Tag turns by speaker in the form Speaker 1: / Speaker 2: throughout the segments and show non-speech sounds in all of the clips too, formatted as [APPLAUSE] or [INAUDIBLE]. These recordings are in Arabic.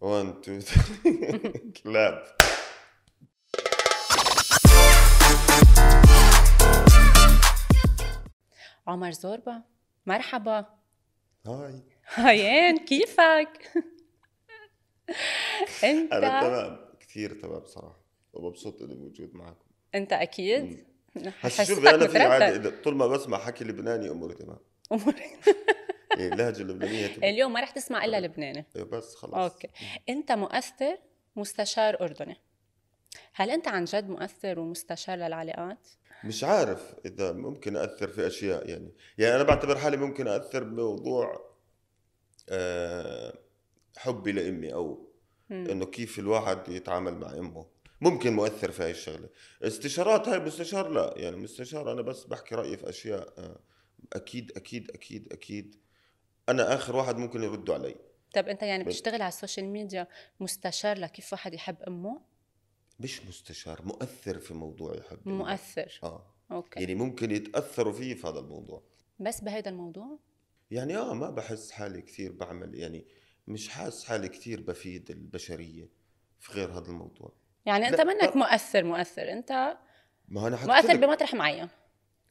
Speaker 1: 1 2 3 كلاب
Speaker 2: عمر زوربا مرحبا
Speaker 1: هاي
Speaker 2: هيان
Speaker 1: [LAUGHS]
Speaker 2: كيفك
Speaker 1: انا
Speaker 2: انت
Speaker 1: تمام كثير تمام بصراحه ومبسوط اني موجود معكم
Speaker 2: انت اكيد
Speaker 1: هسا
Speaker 2: حسيتك
Speaker 1: شوفي انا في
Speaker 2: متردد.
Speaker 1: عادي إذا- طول ما بسمع حكي لبناني اموري تمام يعني اللهجه اللبنانيه تبقى-
Speaker 2: اليوم ما رح تسمع الا لبناني
Speaker 1: إيه، بس خلص
Speaker 2: أوكي. انت مؤثر مستشار اردني هل انت عن جد مؤثر ومستشار للعلاقات
Speaker 1: مش عارف اذا ممكن اثر في اشياء يعني يعني انا بعتبر حالي ممكن اثر بموضوع آه، حبي لامي او
Speaker 2: مم.
Speaker 1: انه كيف الواحد يتعامل مع امه ممكن مؤثر في هاي الشغله استشارات هاي مستشار لا يعني مستشار انا بس بحكي رايي في اشياء آه، اكيد اكيد اكيد اكيد انا اخر واحد ممكن يردوا علي
Speaker 2: طب انت يعني
Speaker 1: بس.
Speaker 2: بتشتغل على السوشيال ميديا مستشار لكيف واحد يحب امه
Speaker 1: مش مستشار مؤثر في موضوع يحب أمه.
Speaker 2: مؤثر
Speaker 1: اه
Speaker 2: اوكي
Speaker 1: يعني ممكن يتاثروا فيه في هذا الموضوع
Speaker 2: بس بهيدا الموضوع
Speaker 1: يعني اه ما بحس حالي كثير بعمل يعني مش حاسس حالي كثير بفيد البشريه في غير هذا الموضوع
Speaker 2: يعني انت
Speaker 1: لا،
Speaker 2: منك
Speaker 1: لا.
Speaker 2: مؤثر مؤثر انت
Speaker 1: ما انا حكيت
Speaker 2: مؤثر
Speaker 1: لك،
Speaker 2: بمطرح معين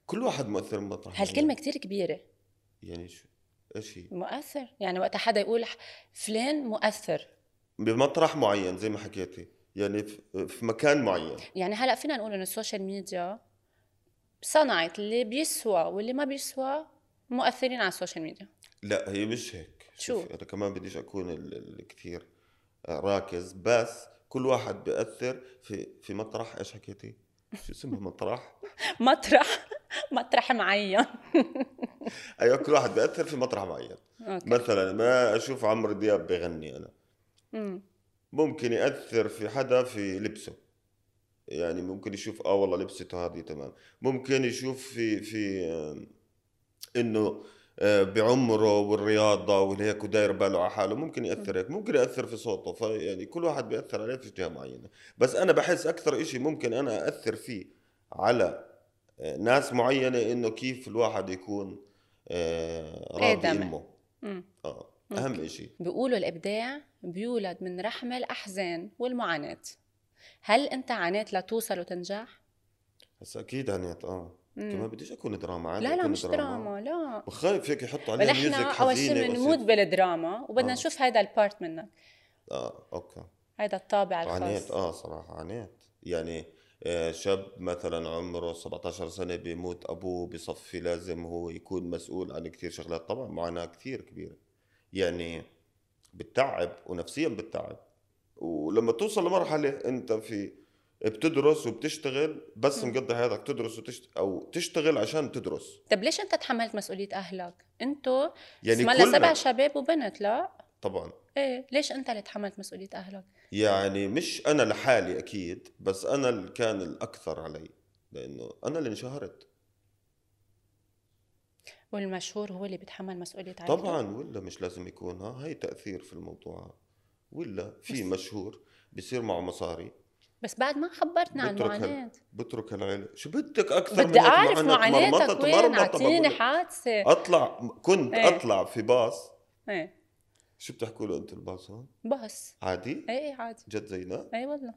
Speaker 1: كل واحد مؤثر بمطرح
Speaker 2: هالكلمه
Speaker 1: معين.
Speaker 2: كتير كبيره
Speaker 1: يعني شو ايش هي
Speaker 2: مؤثر يعني وقت حدا يقول ح- فلان مؤثر
Speaker 1: بمطرح معين زي ما حكيتي يعني في في مكان معين
Speaker 2: يعني هلا فينا نقول انه السوشيال ميديا صنعت اللي بيسوى واللي ما بيسوى مؤثرين على السوشيال ميديا [LAUGHS]
Speaker 1: لا هي مش هيك
Speaker 2: شو؟
Speaker 1: شوفي، انا كمان بديش اكون ال- ال- كثير راكز بس كل واحد بيأثر في في مطرح ايش حكيتي؟ شو اسمها مطرح؟
Speaker 2: مطرح مطرح معين
Speaker 1: ايوه كل واحد بيأثر في مطرح معين
Speaker 2: اوكي
Speaker 1: مثلا ما اشوف عمرو دياب بغني انا
Speaker 2: مم.
Speaker 1: ممكن يأثر في حدا في لبسه يعني ممكن يشوف اه والله لبسته هذه تمام ممكن يشوف في في آم، انه آه، بعمره والرياضه والهيك وداير باله على حاله ممكن ياثر هيك ممكن ياثر في صوته فيعني كل واحد بياثر عليه في جهه معينه بس انا بحس اكثر إشي ممكن انا اثر فيه على آه، ناس معينه انه كيف الواحد يكون آه، راضي
Speaker 2: آدمي.
Speaker 1: امه
Speaker 2: مم.
Speaker 1: اه اهم إشي
Speaker 2: بيقولوا الابداع بيولد من رحم الاحزان والمعاناه هل انت عانيت لتوصل وتنجح؟
Speaker 1: هسا اكيد عنيت اه
Speaker 2: مم.
Speaker 1: كمان بديش اكون دراما عادي
Speaker 2: لا لا
Speaker 1: أكون
Speaker 2: مش دراما لا
Speaker 1: بخاف هيك يحطوا
Speaker 2: بل
Speaker 1: عليها ميوزك
Speaker 2: احنا اول شيء
Speaker 1: حزينه
Speaker 2: بنموت
Speaker 1: وأصير-
Speaker 2: بالدراما وبدنا
Speaker 1: آه.
Speaker 2: نشوف هيدا البارت منك
Speaker 1: اه اوكي
Speaker 2: هيدا الطابع
Speaker 1: عانيت
Speaker 2: الخاص
Speaker 1: اه صراحه عانيت يعني آه، شاب مثلا عمره 17 سنه بيموت ابوه بصفي لازم هو يكون مسؤول عن كثير شغلات طبعا معاناه كثير كبيره يعني بتتعب ونفسيا بتتعب ولما توصل لمرحله انت في بتدرس وبتشتغل بس
Speaker 2: مم.
Speaker 1: مقضي حياتك تدرس وتشت... او تشتغل عشان تدرس
Speaker 2: طب ليش انت تحملت مسؤوليه اهلك؟ انتو
Speaker 1: يعني
Speaker 2: يعني كلنا سبع
Speaker 1: كلنا
Speaker 2: شباب وبنت لا
Speaker 1: طبعا
Speaker 2: ايه ليش انت اللي تحملت مسؤوليه اهلك؟
Speaker 1: يعني مش انا لحالي اكيد بس انا اللي كان الاكثر علي لانه انا اللي انشهرت
Speaker 2: والمشهور هو اللي بيتحمل مسؤوليه عائلته
Speaker 1: طبعا ولا مش لازم يكون ها هي تاثير في الموضوع ولا في
Speaker 2: بس-
Speaker 1: مشهور بصير معه مصاري
Speaker 2: بس بعد ما خبرتنا عن
Speaker 1: بترك هال-
Speaker 2: معاناه
Speaker 1: بترك العيله شو بدك اكثر من
Speaker 2: بدي
Speaker 1: هيك
Speaker 2: اعرف
Speaker 1: معاناة؟
Speaker 2: معاناتك
Speaker 1: مرمطة-
Speaker 2: وين
Speaker 1: مرمطة
Speaker 2: اعطيني
Speaker 1: بقول لك. آه.
Speaker 2: حادثه
Speaker 1: اطلع كنت
Speaker 2: إيه.
Speaker 1: اطلع في باص
Speaker 2: ايه
Speaker 1: شو بتحكوا له انتوا الباص هون
Speaker 2: بس
Speaker 1: عادي
Speaker 2: ايه ايه عادي
Speaker 1: جد زينا
Speaker 2: ايه والله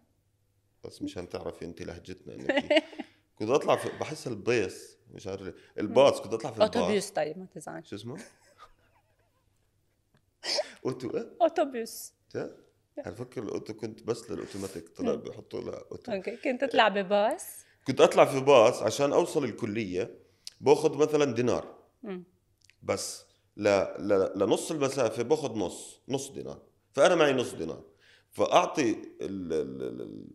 Speaker 1: بس مشان تعرفي انت لهجتنا انه كيف. كنت اطلع في بحس البيص مش عارف ليه. الباص كنت
Speaker 2: [LAUGHS]
Speaker 1: اطلع في الباص
Speaker 2: اوتوبيس طيب ما تزعلش
Speaker 1: شو اسمه؟ اوتو ايه؟
Speaker 2: اوتوبيس
Speaker 1: جد؟ على فكرة الاوتو كنت بس للاوتوماتيك طلع بيحطوا لها اوتو
Speaker 2: اوكي كنت تطلع بباص
Speaker 1: كنت اطلع في باص عشان اوصل الكلية باخذ مثلا دينار
Speaker 2: مم.
Speaker 1: بس ل... ل... لنص المسافة باخذ نص نص دينار فأنا معي نص دينار فأعطي ال... ال... ال- ال...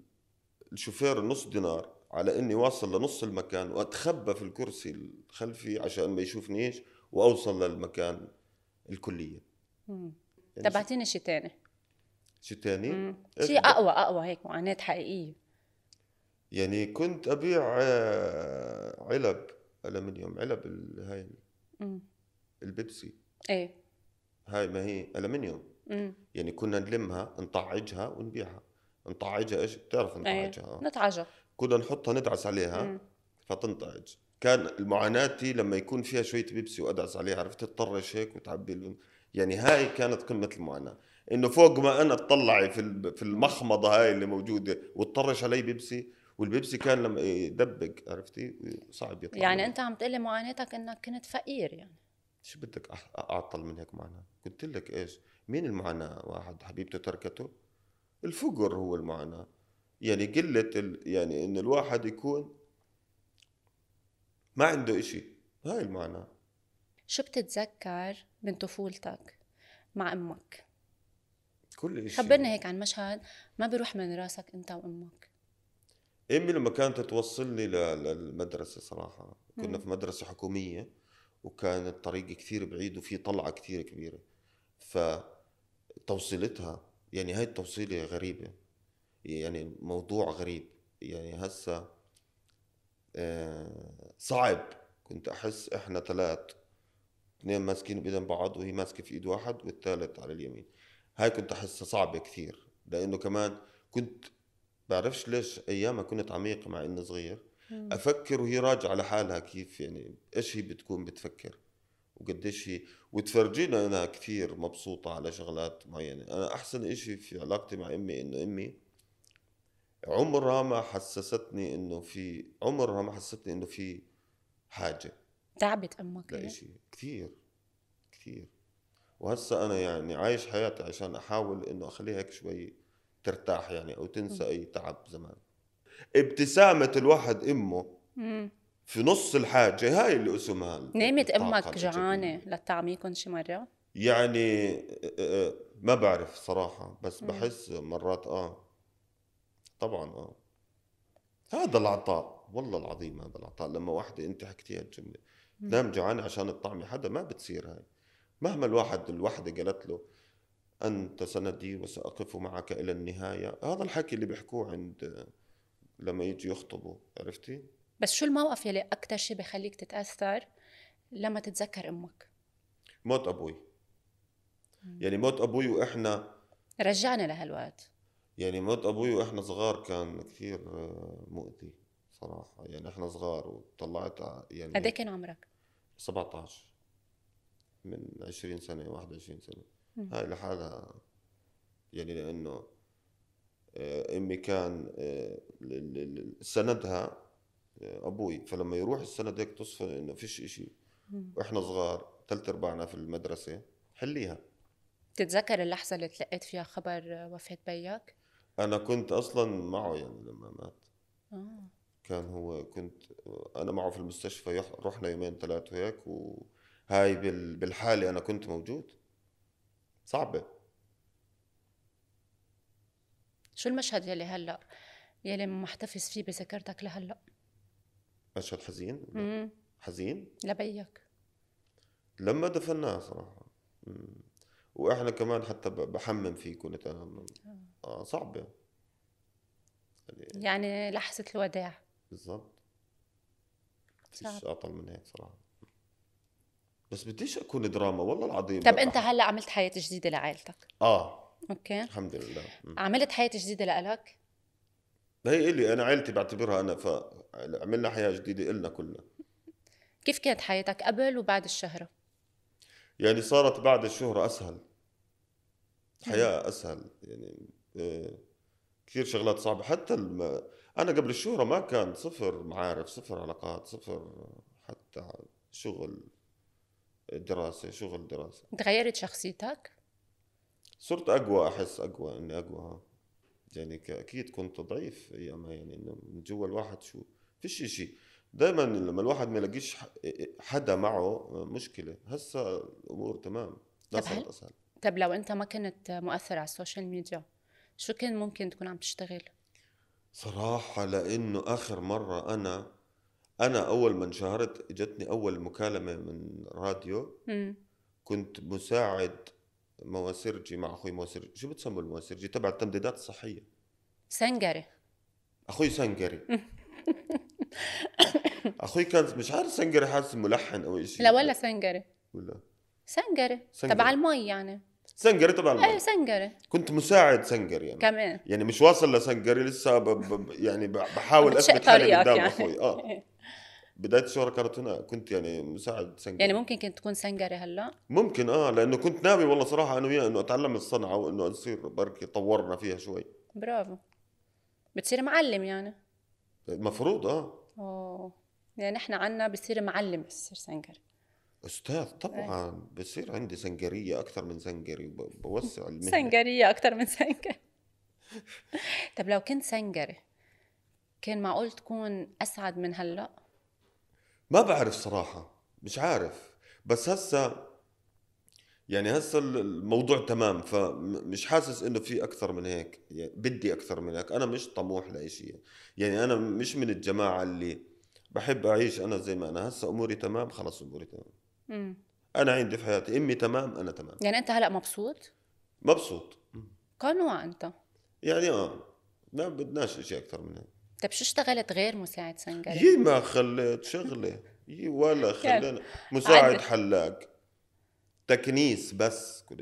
Speaker 1: الشوفير نص دينار على إني واصل لنص المكان وأتخبى في الكرسي الخلفي عشان ما يشوفنيش وأوصل للمكان الكلية
Speaker 2: مم.
Speaker 1: يعني إيه؟
Speaker 2: طب اعطيني شيء ثاني
Speaker 1: شيء تاني إيش
Speaker 2: شيء
Speaker 1: بدك؟
Speaker 2: اقوى اقوى هيك معاناه حقيقيه
Speaker 1: يعني كنت ابيع آه، علب الومنيوم علب ال- هاي
Speaker 2: مم.
Speaker 1: البيبسي
Speaker 2: ايه
Speaker 1: هاي ما هي الومنيوم
Speaker 2: مم.
Speaker 1: يعني كنا نلمها نطعجها ونبيعها نطعجها ايش بتعرف
Speaker 2: ايه
Speaker 1: نطعجها آه.
Speaker 2: نتعجى
Speaker 1: كنا نحطها ندعس
Speaker 2: مم.
Speaker 1: عليها فتنطعج كان معاناتي لما يكون فيها شويه بيبسي وادعس عليها عرفت تطرش هيك وتعبي الم- يعني هاي كانت قمه المعاناه انه فوق ما انا اطلعي في الب- في المخمضه هاي اللي موجوده وتطرش علي بيبسي والبيبسي كان لما يدبق عرفتي صعب يطلع
Speaker 2: يعني
Speaker 1: منه.
Speaker 2: انت عم تقلي معاناتك انك كنت فقير يعني
Speaker 1: شو بدك أح- اعطل من هيك معاناه قلت لك ايش مين المعاناه واحد حبيبته تركته الفقر هو المعاناه يعني قله ال... يعني انه الواحد يكون ما عنده إشي هاي المعاناه
Speaker 2: شو بتتذكر من طفولتك مع امك
Speaker 1: كل شيء
Speaker 2: خبرنا هيك عن مشهد ما بيروح من راسك انت وامك
Speaker 1: امي لما كانت توصلني ل- للمدرسه صراحه كنا
Speaker 2: مم.
Speaker 1: في مدرسه حكوميه وكان الطريق كثير بعيد وفي طلعه كثير كبيره فتوصيلتها يعني هاي التوصيله غريبه يعني موضوع غريب يعني هسه آه، صعب كنت احس احنا ثلاث اثنين ماسكين بايدين بعض وهي ماسكه في ايد واحد والثالث على اليمين هاي كنت احسها صعبه كثير لانه كمان كنت بعرفش ليش ايامها كنت عميق مع اني صغير
Speaker 2: مم.
Speaker 1: افكر وهي راجعه لحالها كيف يعني ايش هي بتكون بتفكر وقديش هي وتفرجينا انها كثير مبسوطه على شغلات معينه انا احسن إشي في علاقتي مع امي انه امي عمرها ما حسستني انه في عمرها ما حسستني انه في حاجه
Speaker 2: تعبت يعني. امك هيك؟
Speaker 1: لإشي كثير كثير وهسا انا يعني عايش حياتي عشان احاول انه اخليها هيك شوي ترتاح يعني او تنسى اي تعب زمان ابتسامه الواحد امه
Speaker 2: مم.
Speaker 1: في نص الحاجه هاي اللي اسمها ال-
Speaker 2: نامت
Speaker 1: الطاقة
Speaker 2: امك
Speaker 1: الإيجابية.
Speaker 2: جعانه لتعميكم شي مره
Speaker 1: يعني آه، آه، ما بعرف صراحه بس
Speaker 2: مم.
Speaker 1: بحس مرات اه طبعا اه هذا العطاء والله العظيم هذا العطاء لما واحده انت حكيتيها الجمله
Speaker 2: مم.
Speaker 1: نام جوعان عشان الطعمة حدا ما بتصير هاي مهما الواحد الوحدة قالت له أنت سندي وسأقف معك إلى النهاية هذا الحكي اللي بيحكوه عند لما يجي يخطبوا عرفتي
Speaker 2: بس شو الموقف يلي اكثر شي بخليك تتاثر لما تتذكر امك
Speaker 1: موت أبوي
Speaker 2: مم.
Speaker 1: يعني موت أبوي وإحنا
Speaker 2: رجعنا لهالوقت
Speaker 1: يعني موت أبوي وإحنا صغار كان كثير آه، مؤذي صراحة يعني إحنا صغار وطلعت ع- يعني
Speaker 2: قد إيه كان عمرك
Speaker 1: 17 من 20 سنة 21 سنة
Speaker 2: مم.
Speaker 1: هاي لحالها يعني لأنه آه، أمي كان آه، ل- ل- ل- سندها آه، أبوي فلما يروح السند هيك تصفى إنه فيش إشي
Speaker 2: مم.
Speaker 1: وإحنا صغار ثلث أرباعنا في المدرسة حليها
Speaker 2: بتتذكر اللحظه اللي تلقيت فيها خبر وفاه بيك
Speaker 1: أنا كنت أصلا معه يعني لما مات
Speaker 2: آه.
Speaker 1: كان هو كنت انا معه في المستشفى يح- رحنا يومين ثلاثه هيك وهاي بال- بالحاله انا كنت موجود صعبه
Speaker 2: شو المشهد يلي هلا يلي محتفظ فيه بذاكرتك لهلا
Speaker 1: مشهد حزين
Speaker 2: مم.
Speaker 1: حزين
Speaker 2: لبيك
Speaker 1: لما دفناه صراحه مم. واحنا كمان حتى ب- بحمم فيه كنت انا م- آه صعبه يعني
Speaker 2: يعني لحظه الوداع
Speaker 1: بالضبط فيش
Speaker 2: صعب.
Speaker 1: اطول من هيك صراحه بس بديش اكون دراما والله العظيم
Speaker 2: طب انت هلا عملت حياه جديده لعائلتك
Speaker 1: اه
Speaker 2: اوكي
Speaker 1: الحمد لله مم.
Speaker 2: عملت حياه جديده لإلك
Speaker 1: هي إلي أنا عائلتي بعتبرها أنا فعملنا حياة جديدة إلنا كلنا
Speaker 2: كيف كانت حياتك قبل وبعد الشهره
Speaker 1: يعني صارت بعد الشهرة أسهل حياة أسهل يعني آه، كثير شغلات صعبة حتى الم... أنا قبل الشهرة ما كان صفر معارف صفر علاقات صفر حتى شغل دراسة شغل دراسة
Speaker 2: تغيرت شخصيتك
Speaker 1: صرت أقوى أحس أقوى إني أقوى يعني ك- أكيد كنت ضعيف أيامها يعني إنه من جوا الواحد شو فيش إشي دائما لما الواحد ما يلاقيش ح- حدا معه آه، مشكلة هسا الأمور تمام لا
Speaker 2: طب هل-
Speaker 1: صارت أسهل
Speaker 2: طب لو انت ما كنت مؤثر على السوشيال ميديا شو كان ممكن تكون عم تشتغل
Speaker 1: صراحة لأنه آخر مرة أنا أنا أول ما انشهرت جتني أول مكالمة من راديو
Speaker 2: مم.
Speaker 1: كنت مساعد مواسرجي مع أخوي مواسرجي شو بتسموا المواسرجي تبع التمديدات الصحية
Speaker 2: سنجري
Speaker 1: اخوي سنجري
Speaker 2: [LAUGHS]
Speaker 1: اخوي كان مش عارف سنجري حاسس ملحن او شيء
Speaker 2: لا ولا سنجري
Speaker 1: ولا
Speaker 2: سنجري
Speaker 1: سنجري.
Speaker 2: تبع المي يعني
Speaker 1: سنجري طبعا
Speaker 2: ايه
Speaker 1: ما.
Speaker 2: سنجري
Speaker 1: كنت مساعد سنجري يعني
Speaker 2: كمان
Speaker 1: يعني مش واصل لسنجري لسه ب... ب... يعني ب- بحاول
Speaker 2: بتشق
Speaker 1: اثبت حالي
Speaker 2: طريقك
Speaker 1: قدام [LAUGHS]
Speaker 2: يعني.
Speaker 1: اخوي اه بدايه الشهره كانت هنا كنت يعني مساعد سنجاري
Speaker 2: يعني ممكن كنت تكون سنجري هلا
Speaker 1: ممكن اه لانه كنت ناوي والله صراحه انا وياه انه اتعلم الصنعه وانه نصير بركي طورنا فيها شوي
Speaker 2: برافو بتصير معلم يعني
Speaker 1: المفروض اه
Speaker 2: اوه يعني نحن عنا بصير معلم بصير سنجري
Speaker 1: استاذ طبعا بصير عندي سنجريه اكثر من سنجري وب- بوسع المهنه
Speaker 2: سنجرية أكتر من سنجري [LAUGHS] طب لو كنت سنجري كان معقول تكون أسعد من هلا
Speaker 1: ما بعرف صراحة مش عارف بس هسا يعني هسا ال- الموضوع تمام فمش حاسس انه في اكثر من هيك يعني بدي اكثر من هيك انا مش طموح لاشي يعني انا مش من الجماعة اللي بحب اعيش انا زي ما انا هسا اموري تمام خلص اموري تمام
Speaker 2: مم.
Speaker 1: انا عندي في حياتي امي تمام انا تمام
Speaker 2: يعني أنت هلا مبسوط
Speaker 1: مبسوط
Speaker 2: قنوع أنت
Speaker 1: يعني اه ما بدناش اشي اكثر من هيك
Speaker 2: طب شو اشتغلت غير مساعد سنجري
Speaker 1: يي ما خليت شغله يي ولا
Speaker 2: يعني
Speaker 1: خلينا مساعد
Speaker 2: عدل.
Speaker 1: حلاق تكنيس بس كنت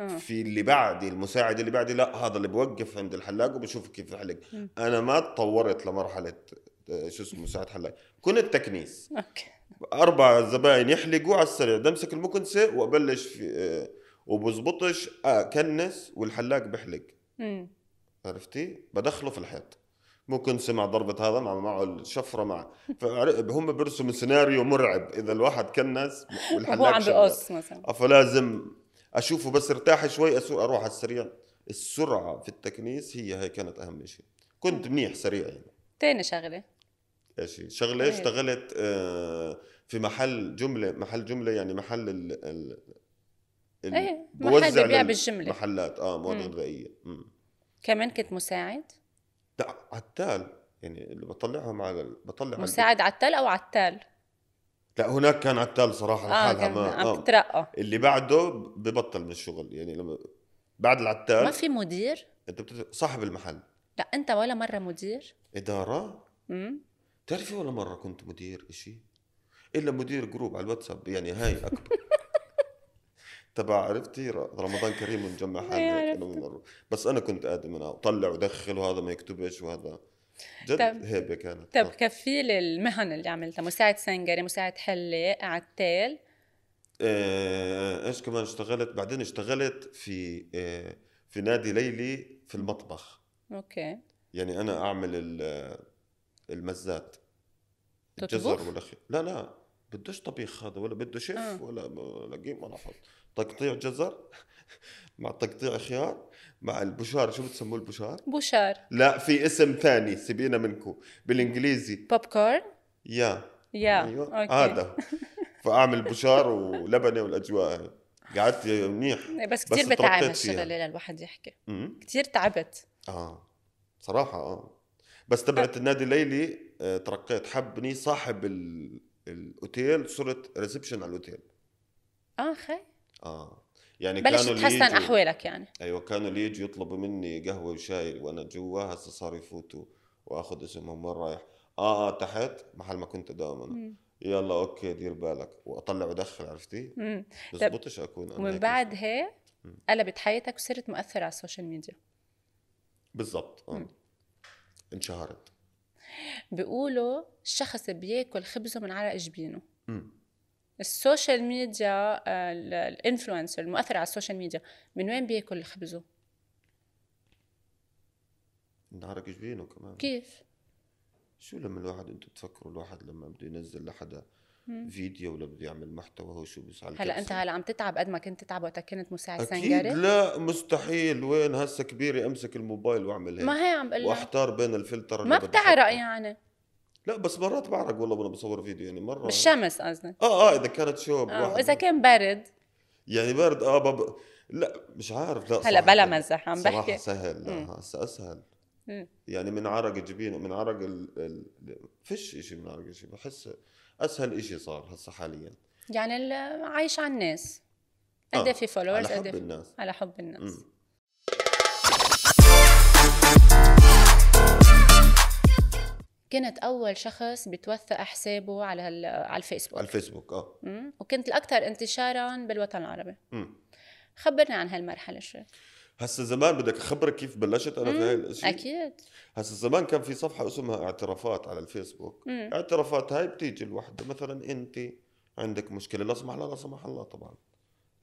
Speaker 2: آه.
Speaker 1: في اللي بعدي المساعد اللي بعدي لا هذا اللي بوقف عند الحلاق وبشوف كيف يحلق
Speaker 2: مم.
Speaker 1: انا ما تطورت لمرحله آه، شو اسمه مساعد حلاق كنت تكنيس
Speaker 2: أوكي
Speaker 1: اربع زباين يحلقوا على السريع بمسك المكنسه وابلش في آه، وبزبطش اكنس والحلاق بحلق
Speaker 2: مم.
Speaker 1: عرفتي بدخله في الحيط ممكن سمع ضربة هذا مع معه الشفرة مع فعر- هم بيرسموا سيناريو مرعب إذا الواحد كنس والحلاق
Speaker 2: وهو عم
Speaker 1: شغال.
Speaker 2: بقص مثلا
Speaker 1: آه، فلازم أشوفه بس ارتاح شوي أسوق أروح على السريع السرعة في التكنيس هي هي كانت أهم شيء كنت منيح سريع يعني
Speaker 2: تاني شغلة
Speaker 1: إيش هي؟ شغلة
Speaker 2: إيه.
Speaker 1: اشتغلت آه، في محل جملة محل جملة يعني محل ال ال ال-
Speaker 2: إيه، محل
Speaker 1: بوزع
Speaker 2: ببيع
Speaker 1: لل-
Speaker 2: بالجملة.
Speaker 1: محلات اه مواد
Speaker 2: مم.
Speaker 1: غذائية مم.
Speaker 2: كمان كنت مساعد
Speaker 1: لا عتال يعني اللي بطلعهم على ال- بطلع على
Speaker 2: مساعد عتال أو عتال
Speaker 1: البيت. لا هناك كان عتال صراحه
Speaker 2: آه
Speaker 1: لحالها
Speaker 2: كان
Speaker 1: ما
Speaker 2: عم
Speaker 1: آه.
Speaker 2: تترقى
Speaker 1: اللي بعده ببطل من الشغل يعني لما بعد
Speaker 2: ما
Speaker 1: العتال
Speaker 2: في مدير
Speaker 1: انت بتت... صاحب المحل
Speaker 2: لا أنت ولا مرة مدير
Speaker 1: اداره
Speaker 2: مم.
Speaker 1: تعرفي ولا مره كنت مدير إشي الا مدير جروب على الواتساب يعني هاي
Speaker 2: [LAUGHS]
Speaker 1: اكبر تبع عرفتي ر- رمضان كريم ونجمع
Speaker 2: إيه،
Speaker 1: حالنا هيك لما مرة. بس انا كنت ادم انا اطلع ودخل وهذا ما يكتبش وهذا جد
Speaker 2: طب-
Speaker 1: هيبه كانت
Speaker 2: طب
Speaker 1: آه.
Speaker 2: كفيل المهن اللي عملتها مساعد سنجري مساعد حلاق عتال
Speaker 1: آه، ايش كمان اشتغلت بعدين اشتغلت في آه، في نادي ليلي في المطبخ
Speaker 2: اوكي
Speaker 1: يعني انا اعمل ال- آه، المزات
Speaker 2: تطبخ؟
Speaker 1: الجزر والأخي لا لا بدوش طبيخ هذا ولا بده شيف
Speaker 2: آه.
Speaker 1: ولا ب- لا قيمة ولا حط تقطيع جزر [LAUGHS] مع تقطيع خيار مع البشار شو بتسموه البشار
Speaker 2: بوشار
Speaker 1: لا في اسم ثاني سيبينا منكم بالانجليزي
Speaker 2: بوب كورن
Speaker 1: يا
Speaker 2: يا
Speaker 1: ايوه
Speaker 2: [LAUGHS]
Speaker 1: هذا فاعمل بشار ولبنه والاجواء هاي. قعدت منيح
Speaker 2: بس
Speaker 1: بس
Speaker 2: كثير بتعب
Speaker 1: ترطيت فيها.
Speaker 2: هالشغله للواحد يحكي
Speaker 1: مم.
Speaker 2: كثير تعبت
Speaker 1: اه صراحة اه بس تبعت النادي الليلي آه، ترقيت حبني صاحب ال... الاوتيل صرت ريسبشن على الاوتيل
Speaker 2: اه خي
Speaker 1: اه يعني
Speaker 2: بلش
Speaker 1: كانوا اللي
Speaker 2: تتحسن
Speaker 1: يجوا
Speaker 2: احوالك يعني
Speaker 1: ايوه كانوا اللي يجوا يطلبوا مني قهوة وشاي وانا جوا هسه صار يفوتوا واخذ اسمهم وين رايح اه اه تحت محل ما كنت اداوم انا
Speaker 2: مم.
Speaker 1: يلا اوكي دير بالك واطلع وادخل عرفتي
Speaker 2: مم.
Speaker 1: بزبطش اكون انا
Speaker 2: ومن
Speaker 1: هيك
Speaker 2: بعد هي
Speaker 1: مم.
Speaker 2: قلبت حياتك وصرت مؤثر على السوشيال ميديا
Speaker 1: بالضبط اه
Speaker 2: مم.
Speaker 1: انشهرت
Speaker 2: بيقولوا الشخص بياكل خبزه من عرق جبينه
Speaker 1: مم.
Speaker 2: السوشيال ميديا آه، ال- الانفلونسر المؤثر على السوشيال ميديا من وين بياكل خبزه
Speaker 1: نهارك جبينه كمان
Speaker 2: كيف
Speaker 1: شو لما الواحد انتم تفكروا الواحد لما بده ينزل لحدا
Speaker 2: مم.
Speaker 1: فيديو ولا بده يعمل محتوى هو شو بيسعى
Speaker 2: هلا انت
Speaker 1: الكبسة؟
Speaker 2: هلا عم تتعب قد ما كنت تتعب وقت كنت مساعد
Speaker 1: اكيد
Speaker 2: سنجاري
Speaker 1: لا مستحيل وين هسه كبيري امسك الموبايل واعمل هيك
Speaker 2: ما هي عم بقول لك.
Speaker 1: واحتار بين الفلتر اللي
Speaker 2: ما
Speaker 1: بدي
Speaker 2: بتعرق
Speaker 1: أحطه.
Speaker 2: يعني
Speaker 1: لا بس مرات بعرق والله وانا بصور فيديو يعني مره
Speaker 2: بالشمس قصدك
Speaker 1: اه اه اذا كانت شوب
Speaker 2: آه،
Speaker 1: واحد
Speaker 2: واذا كان برد
Speaker 1: يعني برد اه بب... لا مش عارف لا
Speaker 2: هلا
Speaker 1: صراحة
Speaker 2: بلا مزح عم
Speaker 1: صراحة
Speaker 2: بحكي
Speaker 1: سهل لا،
Speaker 2: مم.
Speaker 1: هسه اسهل
Speaker 2: مم.
Speaker 1: يعني من عرق الجبين ومن عرق ال... ال... ال- فيش اشي من عرق الجبين بحس اسهل اشي صار هسه حاليا
Speaker 2: يعني ال- عايش على الناس
Speaker 1: آه،
Speaker 2: قد إيه في فولورز
Speaker 1: على
Speaker 2: قد
Speaker 1: حب
Speaker 2: إيه في-
Speaker 1: الناس
Speaker 2: على حب الناس
Speaker 1: مم.
Speaker 2: كنت اول شخص بتوثق حسابه على هال- على
Speaker 1: على
Speaker 2: الفيسبوك
Speaker 1: الفيسبوك اه
Speaker 2: مم. وكنت الاكثر انتشارا بالوطن العربي
Speaker 1: مم.
Speaker 2: خبرني عن هالمرحله شوي
Speaker 1: هسا زمان بدك اخبرك كيف بلشت انا في هاي الاشياء
Speaker 2: اكيد
Speaker 1: هسا زمان كان في صفحه اسمها اعترافات على الفيسبوك
Speaker 2: مم.
Speaker 1: اعترافات هاي بتيجي الوحده مثلا انت عندك مشكله لا سمح الله لا سمح الله طبعا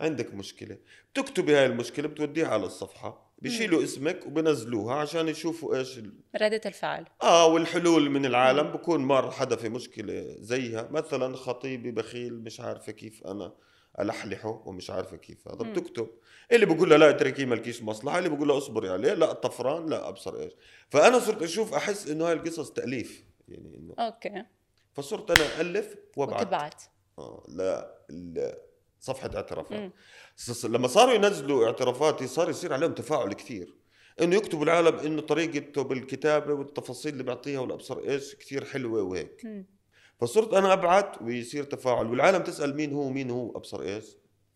Speaker 1: عندك مشكله بتكتبي هاي المشكله بتوديها على الصفحه بيشيلوا اسمك وبنزلوها عشان يشوفوا ايش ال...
Speaker 2: ردة الفعل
Speaker 1: اه والحلول من العالم بكون مر حدا في مشكله زيها مثلا خطيبي بخيل مش عارفه كيف انا الحلحه ومش عارفه كيف هذا
Speaker 2: مم.
Speaker 1: بتكتب اللي بقول له لا اتركيه مالكيش مصلحه اللي بقول له اصبري عليه لا طفران لا ابصر ايش فانا صرت اشوف احس انه هاي القصص تاليف يعني انه
Speaker 2: اوكي
Speaker 1: فصرت انا الف وابعث
Speaker 2: وتبعت
Speaker 1: آه لا ال- صفحه
Speaker 2: مم.
Speaker 1: اعترافات س- س- لما صاروا ينزلوا اعترافاتي صار يصير عليهم تفاعل كثير انه يكتبوا العالم انه طريقته بالكتابه والتفاصيل اللي بيعطيها والابصر ايش كثير حلوه وهيك
Speaker 2: مم.
Speaker 1: فصرت انا ابعت ويصير تفاعل والعالم تسال مين هو مين هو ابصر ايش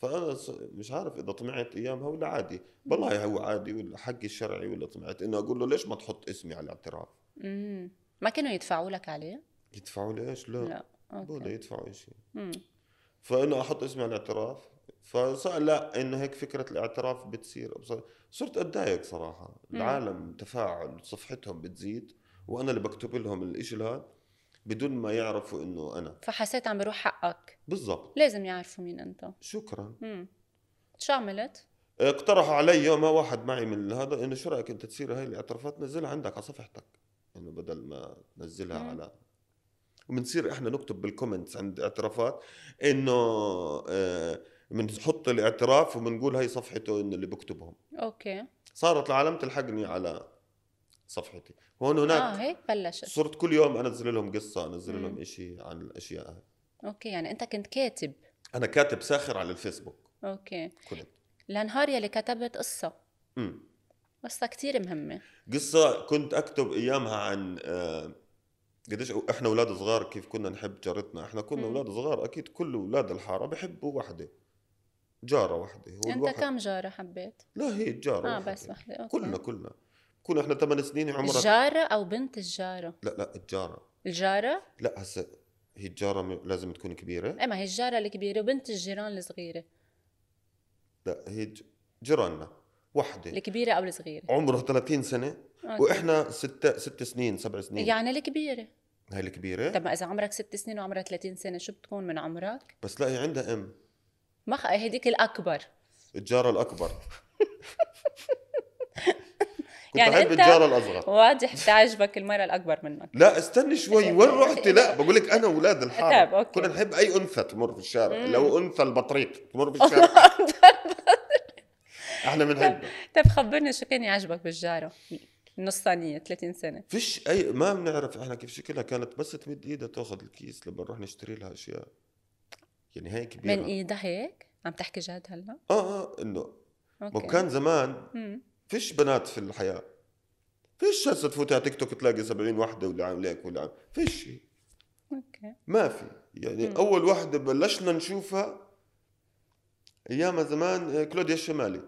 Speaker 1: فانا ص- مش عارف اذا طمعت ايامها ولا عادي والله هو عادي ولا حقي الشرعي ولا طمعت انه اقول له ليش ما تحط اسمي على الاعتراف
Speaker 2: مم. ما كانوا يدفعوا لك عليه؟
Speaker 1: يدفعوا لي ايش لا, إيه.
Speaker 2: لا
Speaker 1: ولا
Speaker 2: اوكي
Speaker 1: يدفعوا شيء
Speaker 2: مم.
Speaker 1: فانه احط اسمي على الاعتراف فصار لا انه هيك فكره الاعتراف بتصير أبصر- صرت اتضايق صراحه
Speaker 2: مم.
Speaker 1: العالم تفاعل صفحتهم بتزيد وانا اللي بكتب لهم الاشي هذا بدون ما يعرفوا انه انا
Speaker 2: فحسيت عم بروح حقك
Speaker 1: بالضبط
Speaker 2: لازم يعرفوا مين انت
Speaker 1: شكرا
Speaker 2: مم. شو عملت؟
Speaker 1: اقترحوا علي يوم واحد معي من هذا انه شو رايك انت تصير هاي الاعترافات نزلها عندك على صفحتك انه بدل ما تنزلها
Speaker 2: مم.
Speaker 1: على وبنصير احنا نكتب بالكومنتس عند اعترافات انه آه، بنحط الاعتراف وبنقول هاي صفحته انه اللي بكتبهم
Speaker 2: اوكي
Speaker 1: صارت العالم تلحقني على صفحتي هون
Speaker 2: اه
Speaker 1: هناك
Speaker 2: هيك بلشت
Speaker 1: صرت كل يوم انزل لهم قصه انزل لهم
Speaker 2: مم.
Speaker 1: شيء عن الاشياء هاي
Speaker 2: اوكي يعني انت كنت كاتب
Speaker 1: انا كاتب ساخر على الفيسبوك
Speaker 2: اوكي
Speaker 1: كنت
Speaker 2: لنهار يلي كتبت قصة
Speaker 1: مم.
Speaker 2: قصة كتير مهمة
Speaker 1: قصة كنت أكتب أيامها عن آه، قديش أو- إحنا أولاد صغار كيف كنا نحب جارتنا إحنا كنا
Speaker 2: مم.
Speaker 1: أولاد صغار أكيد كل أولاد الحارة بيحبوا وحدة جارة وحدة هو
Speaker 2: انت
Speaker 1: الواحد-
Speaker 2: كم جارة حبيت؟
Speaker 1: لا هي جارة
Speaker 2: اه
Speaker 1: وحدة.
Speaker 2: بس وحدة اوكي
Speaker 1: يعني كلنا كلنا كنا إحنا ثمان سنين عمرها
Speaker 2: الجارة او بنت الجارة؟
Speaker 1: لا لا الجارة
Speaker 2: الجارة؟
Speaker 1: لا هسا هي الجارة م- لازم تكون كبيرة
Speaker 2: اما هي الجارة الكبيرة وبنت الجيران الصغيرة
Speaker 1: لا هي ج- جيراننا وحدة
Speaker 2: الكبيرة او الصغيرة
Speaker 1: عمرها 30 سنة
Speaker 2: أوكي.
Speaker 1: وإحنا ستة ست سنين سبع سنين
Speaker 2: يعني الكبيرة
Speaker 1: هاي الكبيرة
Speaker 2: طب ما اذا عمرك ست سنين وعمرها 30 سنة شو بتكون من عمرك؟
Speaker 1: بس لا هي عندها أم
Speaker 2: ما خ- هديك الاكبر
Speaker 1: الجارة
Speaker 2: [LAUGHS]
Speaker 1: الأكبر كنت
Speaker 2: يعني
Speaker 1: أحب
Speaker 2: أنت-
Speaker 1: الجارة الأصغر
Speaker 2: واضح بتعجبك المرة الاكبر منك
Speaker 1: لا استني
Speaker 2: [LAUGHS]
Speaker 1: شوي وين رحت لا بقول لك أنا أولاد
Speaker 2: طيب،
Speaker 1: الحارة
Speaker 2: أوكي.
Speaker 1: كنا نحب أي أنثى تمر في الشارع
Speaker 2: مم.
Speaker 1: لو أنثى البطريق تمر
Speaker 2: [LAUGHS]
Speaker 1: في الشارع احنا بنحبها
Speaker 2: طيب خبرني شو كان يعجبك بالجارة نصانية 30 سنة
Speaker 1: فيش اي ما بنعرف احنا كيف شكلها كانت بس تمد ايدها تاخذ الكيس لما نروح نشتري لها اشياء يعني هي كبيره
Speaker 2: من ايدها هيك عم تحكي جد هلا
Speaker 1: اه اه انه ما
Speaker 2: اوكي
Speaker 1: كان زمان
Speaker 2: مم.
Speaker 1: فيش بنات في الحياه فيش هسه تفوت على تيك توك تلاقي 70 وحده واللي عاملاك واللي عام فيش شيء
Speaker 2: اوكي
Speaker 1: ما في يعني
Speaker 2: مم.
Speaker 1: م. اول وحده بلشنا نشوفها ايام زمان آه، كلوديا الشمالي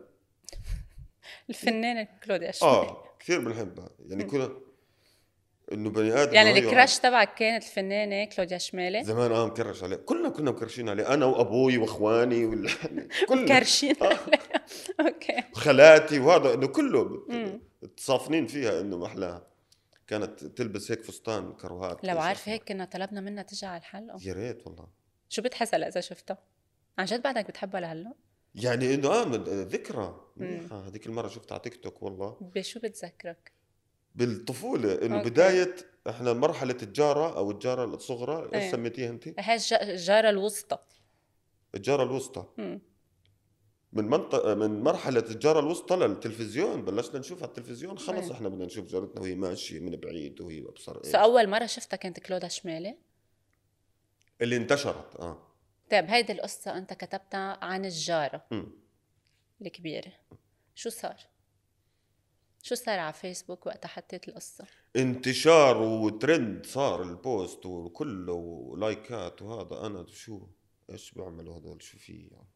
Speaker 2: الفنانة كلوديا أشمال
Speaker 1: اه كثير بنحبها يعني كنا انه بني ادم
Speaker 2: يعني
Speaker 1: هي
Speaker 2: الكراش تبعك كانت الفنانة كلوديا شمالي
Speaker 1: زمان اه مكرش عليه كلنا كنا مكرشين عليه انا وابوي واخواني وال...
Speaker 2: [LAUGHS]
Speaker 1: كلنا
Speaker 2: كرشين
Speaker 1: [LAUGHS] آه.
Speaker 2: اوكي
Speaker 1: خالاتي وهذا انه كله
Speaker 2: مم.
Speaker 1: تصافنين فيها انه محلاها كانت تلبس هيك فستان كروهات
Speaker 2: لو عارفة هيك كنا طلبنا منها تجي على الحلقة
Speaker 1: يا ريت والله
Speaker 2: شو بتحس هلا إذا شفتها؟ عن جد بعدك بتحبها لهلا؟
Speaker 1: يعني انه اه من- ذكرى
Speaker 2: مم.
Speaker 1: منيحة. هذيك المره شفتها على تيك توك والله
Speaker 2: بشو بتذكرك؟
Speaker 1: بالطفوله انه
Speaker 2: أوكي.
Speaker 1: بدايه احنا مرحله الجاره او الجاره الصغرى ايش
Speaker 2: إيه.
Speaker 1: سميتيها انت؟
Speaker 2: هاي الج- الجارة الوسطى
Speaker 1: الجاره الوسطى
Speaker 2: مم.
Speaker 1: من منطقه من مرحله الجاره الوسطى للتلفزيون بلشنا نشوف على التلفزيون خلص
Speaker 2: إيه.
Speaker 1: احنا بدنا نشوف جارتنا وهي ماشيه من بعيد وهي ابصر
Speaker 2: سو
Speaker 1: ايه
Speaker 2: أول مرة شفتها كانت كلوديا شمالي
Speaker 1: اللي انتشرت اه
Speaker 2: طيب هيدي القصة أنت كتبتها عن الجارة
Speaker 1: مم.
Speaker 2: الكبيرة شو صار؟ شو صار على فيسبوك وقتها حطيت القصة؟
Speaker 1: انتشار وترند صار البوست وكله ولايكات وهذا انا شو ايش بيعملوا هذول شو في يعني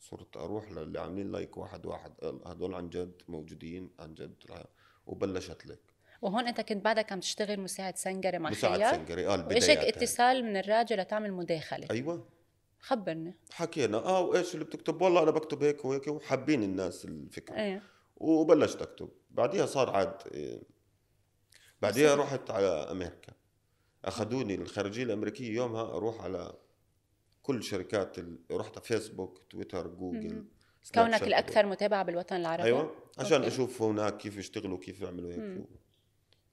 Speaker 1: صرت اروح للي عاملين لايك واحد واحد قال هذول عن جد موجودين عن جد لا. وبلشت لك
Speaker 2: وهون انت كنت بعدك عم تشتغل مساعد سنجري مع
Speaker 1: مساعد
Speaker 2: مساعد
Speaker 1: سنجري آه، يعني. قال
Speaker 2: واجاك
Speaker 1: بدايات
Speaker 2: اتصال من الراديو لتعمل مداخله
Speaker 1: ايوه
Speaker 2: خبرني
Speaker 1: "آه، حكينا اه وايش اللي بتكتب والله انا بكتب هيك وهيك وحابين الناس الفكره
Speaker 2: ايه
Speaker 1: وبلشت اكتب بعديها صار عاد إيه، بعديها رحت على امريكا اخذوني الخارجيه الامريكيه يومها اروح على كل شركات ال... رحت على فيسبوك تويتر جوجل
Speaker 2: مم.
Speaker 1: سناب
Speaker 2: كونك
Speaker 1: شات.
Speaker 2: الاكثر متابعه بالوطن العربي
Speaker 1: ايوه عشان
Speaker 2: أوكي.
Speaker 1: اشوف هناك كيف يشتغلوا كيف يعملوا هيك
Speaker 2: مم.
Speaker 1: و-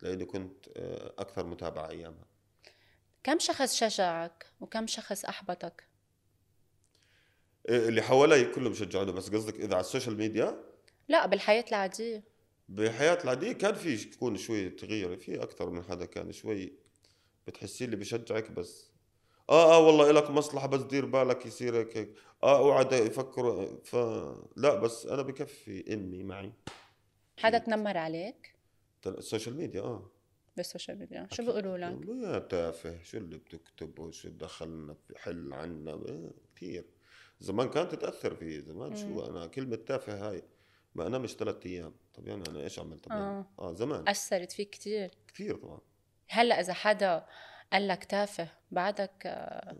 Speaker 1: لاني كنت آه، اكثر متابعه ايامها
Speaker 2: كم شخص شجعك وكم شخص احبطك
Speaker 1: آه، اللي حوالي كلهم شجعوني بس قصدك اذا على السوشيال ميديا
Speaker 2: لا بالحياه العاديه
Speaker 1: بحياتي العاديه كان في تكون شوي تغيير في اكثر من حدا كان شوي بتحسي اللي بشجعك بس اه اه والله لك مصلحه بس دير بالك يصير هيك هيك اه اوعى دا- يفكروا فلا بس انا بكفي امي معي
Speaker 2: حدا تنمر عليك
Speaker 1: تل- السوشيال ميديا اه
Speaker 2: بالسوشيال ميديا شو بيقولوا لك
Speaker 1: يقولوا يا تافه شو اللي بتكتب وشو دخلنا في- حل عنا إيه، كثير زمان كانت تتاثر فيه زمان
Speaker 2: مم.
Speaker 1: شو انا كلمه تافه هاي ما انا مش ثلاث ايام طب يعني انا ايش عملت
Speaker 2: آه.
Speaker 1: اه, آه زمان
Speaker 2: اثرت فيك كثير
Speaker 1: كثير طبعا
Speaker 2: هلا اذا حدا قال لك تافه بعدك آه،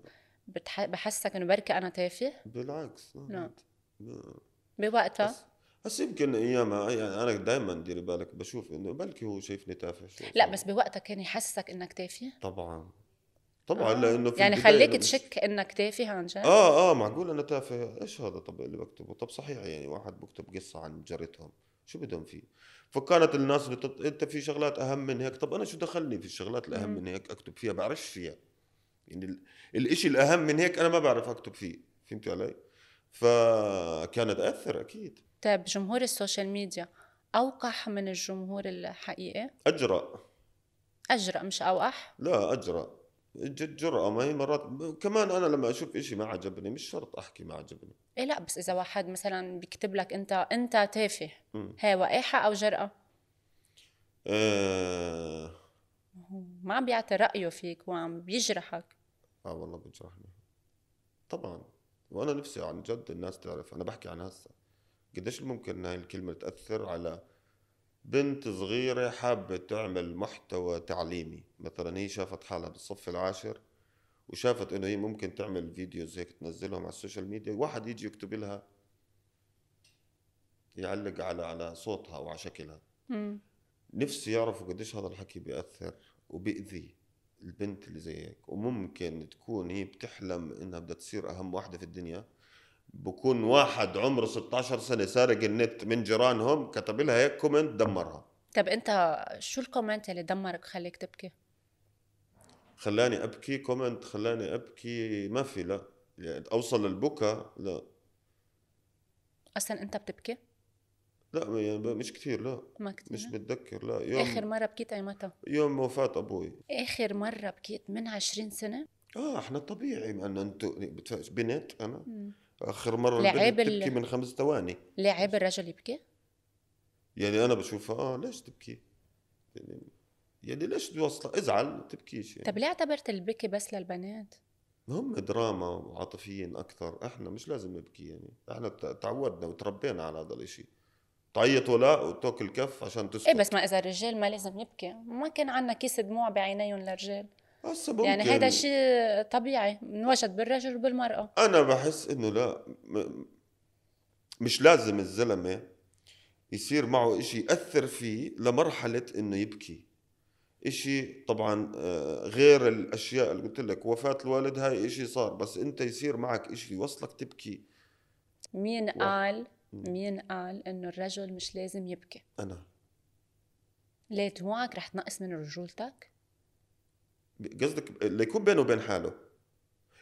Speaker 2: بتح... بحسك انه بركي انا تافه
Speaker 1: بالعكس آه،
Speaker 2: نعم.
Speaker 1: آه.
Speaker 2: بوقتها
Speaker 1: بس- بس يمكن ايامها يعني انا دائما ديري بالك بشوف انه بلكي هو شايفني تافه شو
Speaker 2: لا
Speaker 1: صار.
Speaker 2: بس بوقتها كان يحسسك انك تافه
Speaker 1: طبعا طبعا
Speaker 2: آه.
Speaker 1: لانه في
Speaker 2: يعني
Speaker 1: البداية
Speaker 2: خليك
Speaker 1: أنا مش-
Speaker 2: تشك انك تافه عن جد
Speaker 1: اه اه معقول انا تافه ايش هذا طب اللي بكتبه طب صحيح يعني واحد بكتب قصه عن جارتهم شو بدهم فيه فكانت الناس اللي تط... انت في شغلات اهم من هيك طب انا شو دخلني في الشغلات الاهم
Speaker 2: مم.
Speaker 1: من هيك اكتب فيها بعرفش فيها يعني ال... الاشي الاهم من هيك انا ما بعرف اكتب فيه فهمت علي فكانت اثر اكيد
Speaker 2: طيب جمهور السوشيال ميديا اوقح من الجمهور الحقيقي
Speaker 1: اجرأ
Speaker 2: اجرأ مش اوقح
Speaker 1: لا اجرأ جد جرأة ما هي مرات كمان انا لما اشوف اشي ما عجبني مش شرط احكي ما عجبني
Speaker 2: ايه لا بس اذا واحد مثلا بيكتب لك انت انت تافه
Speaker 1: مم.
Speaker 2: هي وقاحه او جرأه
Speaker 1: آه...
Speaker 2: هو ما عم بيعطي رايه فيك وعم بيجرحك
Speaker 1: اه والله بتجرحني طبعا وانا نفسي عن جد الناس تعرف انا بحكي عن هسه قديش ممكن إن هاي الكلمه تاثر على بنت صغيره حابه تعمل محتوى تعليمي مثلا هي شافت حالها بالصف العاشر وشافت انه هي ممكن تعمل فيديوز هيك تنزلهم على السوشيال ميديا واحد يجي يكتب لها يعلق على على صوتها وعلى شكلها
Speaker 2: مم.
Speaker 1: نفسي يعرفوا قديش هذا الحكي بيأثر وبيأذي البنت اللي زي هيك وممكن تكون هي بتحلم انها بدها تصير اهم واحدة في الدنيا بكون واحد عمره 16 سنة سارق النت من جيرانهم كتب لها هيك كومنت دمرها
Speaker 2: طب انت شو الكومنت اللي دمرك خليك تبكي
Speaker 1: خلاني ابكي كومنت خلاني ابكي ما في لا يعني اوصل للبكاء لا
Speaker 2: اصلا انت بتبكي
Speaker 1: لا يعني مش كثير لا
Speaker 2: ما كتير
Speaker 1: مش متذكر لا يوم
Speaker 2: اخر مره بكيت ايمتى
Speaker 1: يوم وفاة ابوي
Speaker 2: اخر مره بكيت من 20 سنه
Speaker 1: اه احنا طبيعي ما انه انتو بتف- بنت انا اخر مره
Speaker 2: لعيب
Speaker 1: البنت
Speaker 2: ال-
Speaker 1: تبكي من خمس ثواني
Speaker 2: لاعب الرجل يبكي
Speaker 1: يعني انا بشوفها اه ليش تبكي؟ يعني يعني ليش توصل ازعل تبكيش يعني
Speaker 2: طب ليه اعتبرت البكي بس للبنات
Speaker 1: هم دراما وعاطفيين اكثر احنا مش لازم نبكي يعني احنا تع- تعودنا وتربينا على هذا الاشي تعيط ولا وتاكل كف عشان تسكت
Speaker 2: ايه بس ما اذا الرجال ما لازم يبكي ما كان عنا كيس دموع بعينيهم للرجال
Speaker 1: هسه ممكن
Speaker 2: يعني هيدا شيء طبيعي منوجد بالرجل وبالمراه
Speaker 1: انا بحس انه لا م- مش لازم الزلمه يصير معه اشي ياثر فيه لمرحله انه يبكي اشي طبعا آه، غير الاشياء اللي قلت لك وفاه الوالد هاي اشي صار بس انت يصير معك اشي يوصلك تبكي
Speaker 2: مين
Speaker 1: واو.
Speaker 2: قال
Speaker 1: مم.
Speaker 2: مين قال انه الرجل مش لازم يبكي
Speaker 1: انا
Speaker 2: ليه دموعك رح تنقص من رجولتك
Speaker 1: قصدك ليكون بينه وبين حاله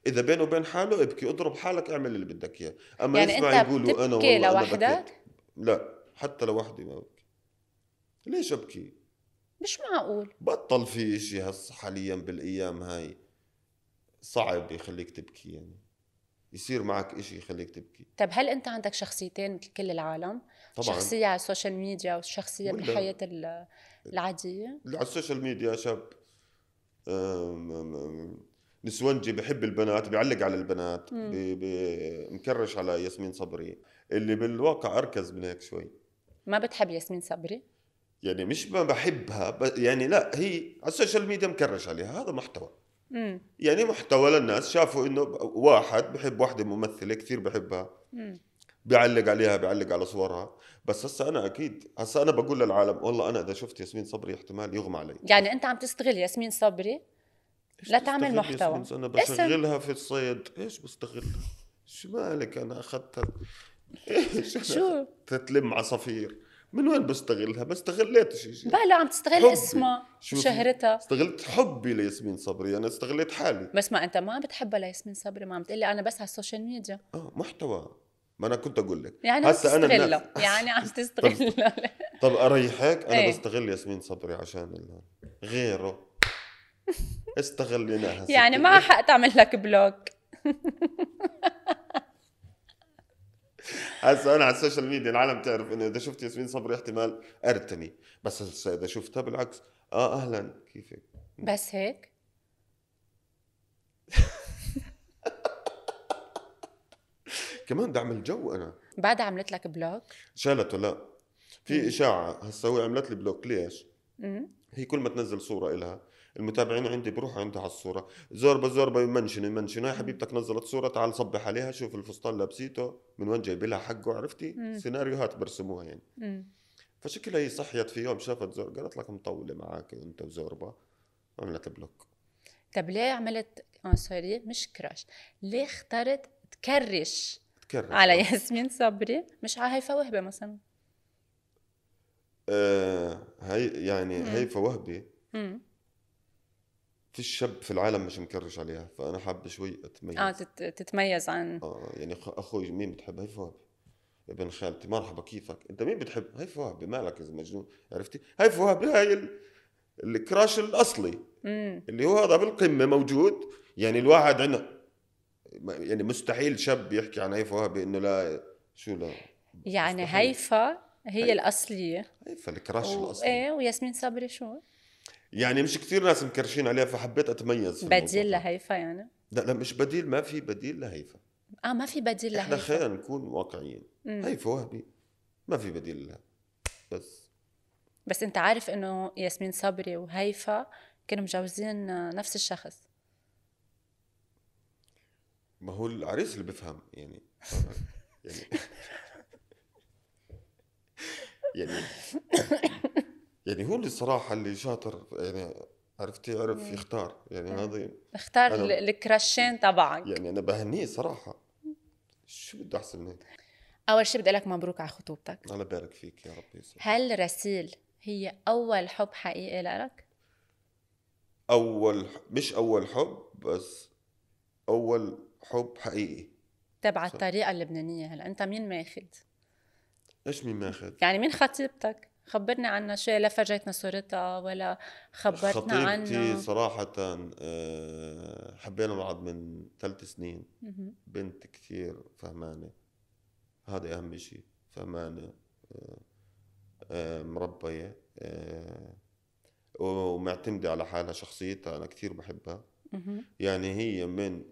Speaker 1: اذا بينه وبين حاله ابكي اضرب حالك اعمل اللي بدك اياه اما
Speaker 2: يعني
Speaker 1: يسمع
Speaker 2: انت
Speaker 1: يقولوا انا
Speaker 2: بتبكي
Speaker 1: والله أنا
Speaker 2: لوحدك
Speaker 1: بكيت. لا حتى لوحدي ما ببكي ليش ابكي
Speaker 2: مش معقول
Speaker 1: بطل في اشي هسه حاليا بالايام هاي صعب يخليك تبكي يعني يصير معك اشي يخليك تبكي
Speaker 2: طب طيب هل انت عندك شخصيتين مثل كل العالم
Speaker 1: طبعا شخصي...
Speaker 2: شخصيه على السوشيال ميديا والشخصيه
Speaker 1: ولا-
Speaker 2: بالحياه ال- العاديه
Speaker 1: على السوشيال ميديا شاب أم- أم- أم- نسونجي بحب البنات بيعلق على البنات
Speaker 2: مم.
Speaker 1: بي بي مكرش على ياسمين صبري اللي بالواقع اركز من هيك شوي
Speaker 2: ما بتحب ياسمين صبري
Speaker 1: يعني مش ما بحبها ب- يعني لا هي على السوشيال ميديا مكرش عليها هذا محتوى
Speaker 2: امم
Speaker 1: يعني محتوى للناس شافوا انه ب- واحد بحب واحدة ممثلة كثير بحبها بيعلق عليها بيعلق على صورها بس هسا انا اكيد هسا انا بقول للعالم والله انا اذا شفت ياسمين صبري احتمال يغمى علي
Speaker 2: يعني انت عم تستغل ياسمين صبري لا تعمل
Speaker 1: بستغل
Speaker 2: محتوى.
Speaker 1: ياسمين؟ انا
Speaker 2: اسم.
Speaker 1: بشغلها في الصيد ايش بستغلها شو مالك انا اخذتها ايش أنا
Speaker 2: شو؟
Speaker 1: تتلم عصافير من وين بستغلها ما استغليت شيء
Speaker 2: بلا عم تستغل
Speaker 1: حبي.
Speaker 2: اسمها
Speaker 1: شوفي.
Speaker 2: وشهرتها
Speaker 1: استغلت حبي لياسمين صبري انا استغليت حالي
Speaker 2: بس ما انت ما عم بتحبها لياسمين صبري ما عم تقلي انا بس على السوشيال ميديا
Speaker 1: اه محتوى ما انا كنت اقول لك
Speaker 2: يعني عم
Speaker 1: هسا أنا الناس-
Speaker 2: تستغلها [LAUGHS] يعني
Speaker 1: [LAUGHS]
Speaker 2: عم تستغلها
Speaker 1: طب اريحك انا
Speaker 2: إيه.
Speaker 1: بستغل ياسمين صبري عشان ال- غيره
Speaker 2: [LAUGHS]
Speaker 1: استغليناها
Speaker 2: يعني
Speaker 1: ستي. [LAUGHS]
Speaker 2: ما حق تعمل لك بلوك
Speaker 1: هسا انا على السوشيال ميديا العالم تعرف انه اذا شفت ياسمين صبري احتمال ارتمي بس هسا اذا شفتها بالعكس اه اهلا كيفك
Speaker 2: بس هيك
Speaker 1: كمان بدي اعمل جو انا
Speaker 2: بعد عملت لك بلوك
Speaker 1: شالته لا
Speaker 2: مم.
Speaker 1: في اشاعه هسا هو عملت لي بلوك ليش؟
Speaker 2: أمم.
Speaker 1: هي كل ما تنزل صوره إلها المتابعين عندي بروحوا عندها على الصوره زوربا زوربا منشن منشن هاي حبيبتك نزلت صوره تعال صبح عليها شوف الفستان لابسيته من وين جايب لها حقه عرفتي
Speaker 2: مم.
Speaker 1: سيناريوهات برسموها يعني
Speaker 2: أمم.
Speaker 1: فشكلها هي صحيت في يوم شافت زور قالت لك مطوله معك انت وزوربا عملت بلوك
Speaker 2: طب طيب ليه عملت اه سوري مش كراش ليه اخترت تكرش
Speaker 1: تكرر
Speaker 2: على ياسمين صبري مش على هيفا وهبه مثلا
Speaker 1: آه هي يعني
Speaker 2: مم.
Speaker 1: هيفا وهبي
Speaker 2: أمم.
Speaker 1: في شاب في العالم مش مكرش عليها فانا حابه شوي اتميز
Speaker 2: اه تت- تتميز عن
Speaker 1: اه يعني خ- اخوي مين بتحب هي فوهبي ابن خالتي مرحبا كيفك انت مين بتحب هي فوهبي مالك يا مجنون عرفتي هي فوهبي هاي ال... الكراش الاصلي
Speaker 2: أمم.
Speaker 1: اللي هو هذا بالقمه موجود يعني الواحد عنا ما- يعني مستحيل شاب يحكي عن هي فوهبي انه لا شو لا
Speaker 2: يعني
Speaker 1: مستحيل.
Speaker 2: هيفا هي
Speaker 1: هي-
Speaker 2: الاصليه
Speaker 1: هي فالكراش
Speaker 2: و-
Speaker 1: الاصلي
Speaker 2: ايه وياسمين صبري شو
Speaker 1: يعني مش كثير ناس مكرشين عليها فحبيت اتميز في الموضوع
Speaker 2: بديل
Speaker 1: هذا.
Speaker 2: لهيفا يعني
Speaker 1: لا لا مش بديل ما في بديل لهيفا
Speaker 2: اه ما في بديل
Speaker 1: احنا
Speaker 2: لهيفا
Speaker 1: خلينا نكون واقعيين
Speaker 2: أمم.
Speaker 1: هيفا وهبي ما في بديل لها بس
Speaker 2: بس انت عارف انه ياسمين صبري وهيفا كانوا مجوزين نفس الشخص
Speaker 1: ما هو العريس اللي بفهم يعني يعني يعني, يعني هو اللي صراحة اللي شاطر يعني عرفت يعرف يختار يعني هذا
Speaker 2: اختار
Speaker 1: أنا-
Speaker 2: ال- الكراشين تبعك
Speaker 1: يعني انا بهنيه صراحة شو بده احسن من هيك
Speaker 2: اول شيء بدي لك مبروك على خطوبتك
Speaker 1: الله يبارك فيك يا رب يسعدك
Speaker 2: هل رسيل هي اول حب حقيقي لك
Speaker 1: اول مش اول حب بس اول حب حقيقي
Speaker 2: تبع
Speaker 1: صح.
Speaker 2: الطريقه اللبنانيه هلا انت مين ماخذ
Speaker 1: ايش مين ماخذ
Speaker 2: يعني مين خطيبتك خبرنا عنها شيء لا فرجيتنا صورتها ولا خبرتنا
Speaker 1: خطيبتي
Speaker 2: عنها
Speaker 1: صراحة آه، حبينا بعض من ثلاث سنين
Speaker 2: مهم.
Speaker 1: بنت كثير فهمانة هذا أهم شيء فهمانة آه، آه، مربية آه، ومعتمدة على حالها شخصيتها أنا كثير بحبها
Speaker 2: مهم.
Speaker 1: يعني هي من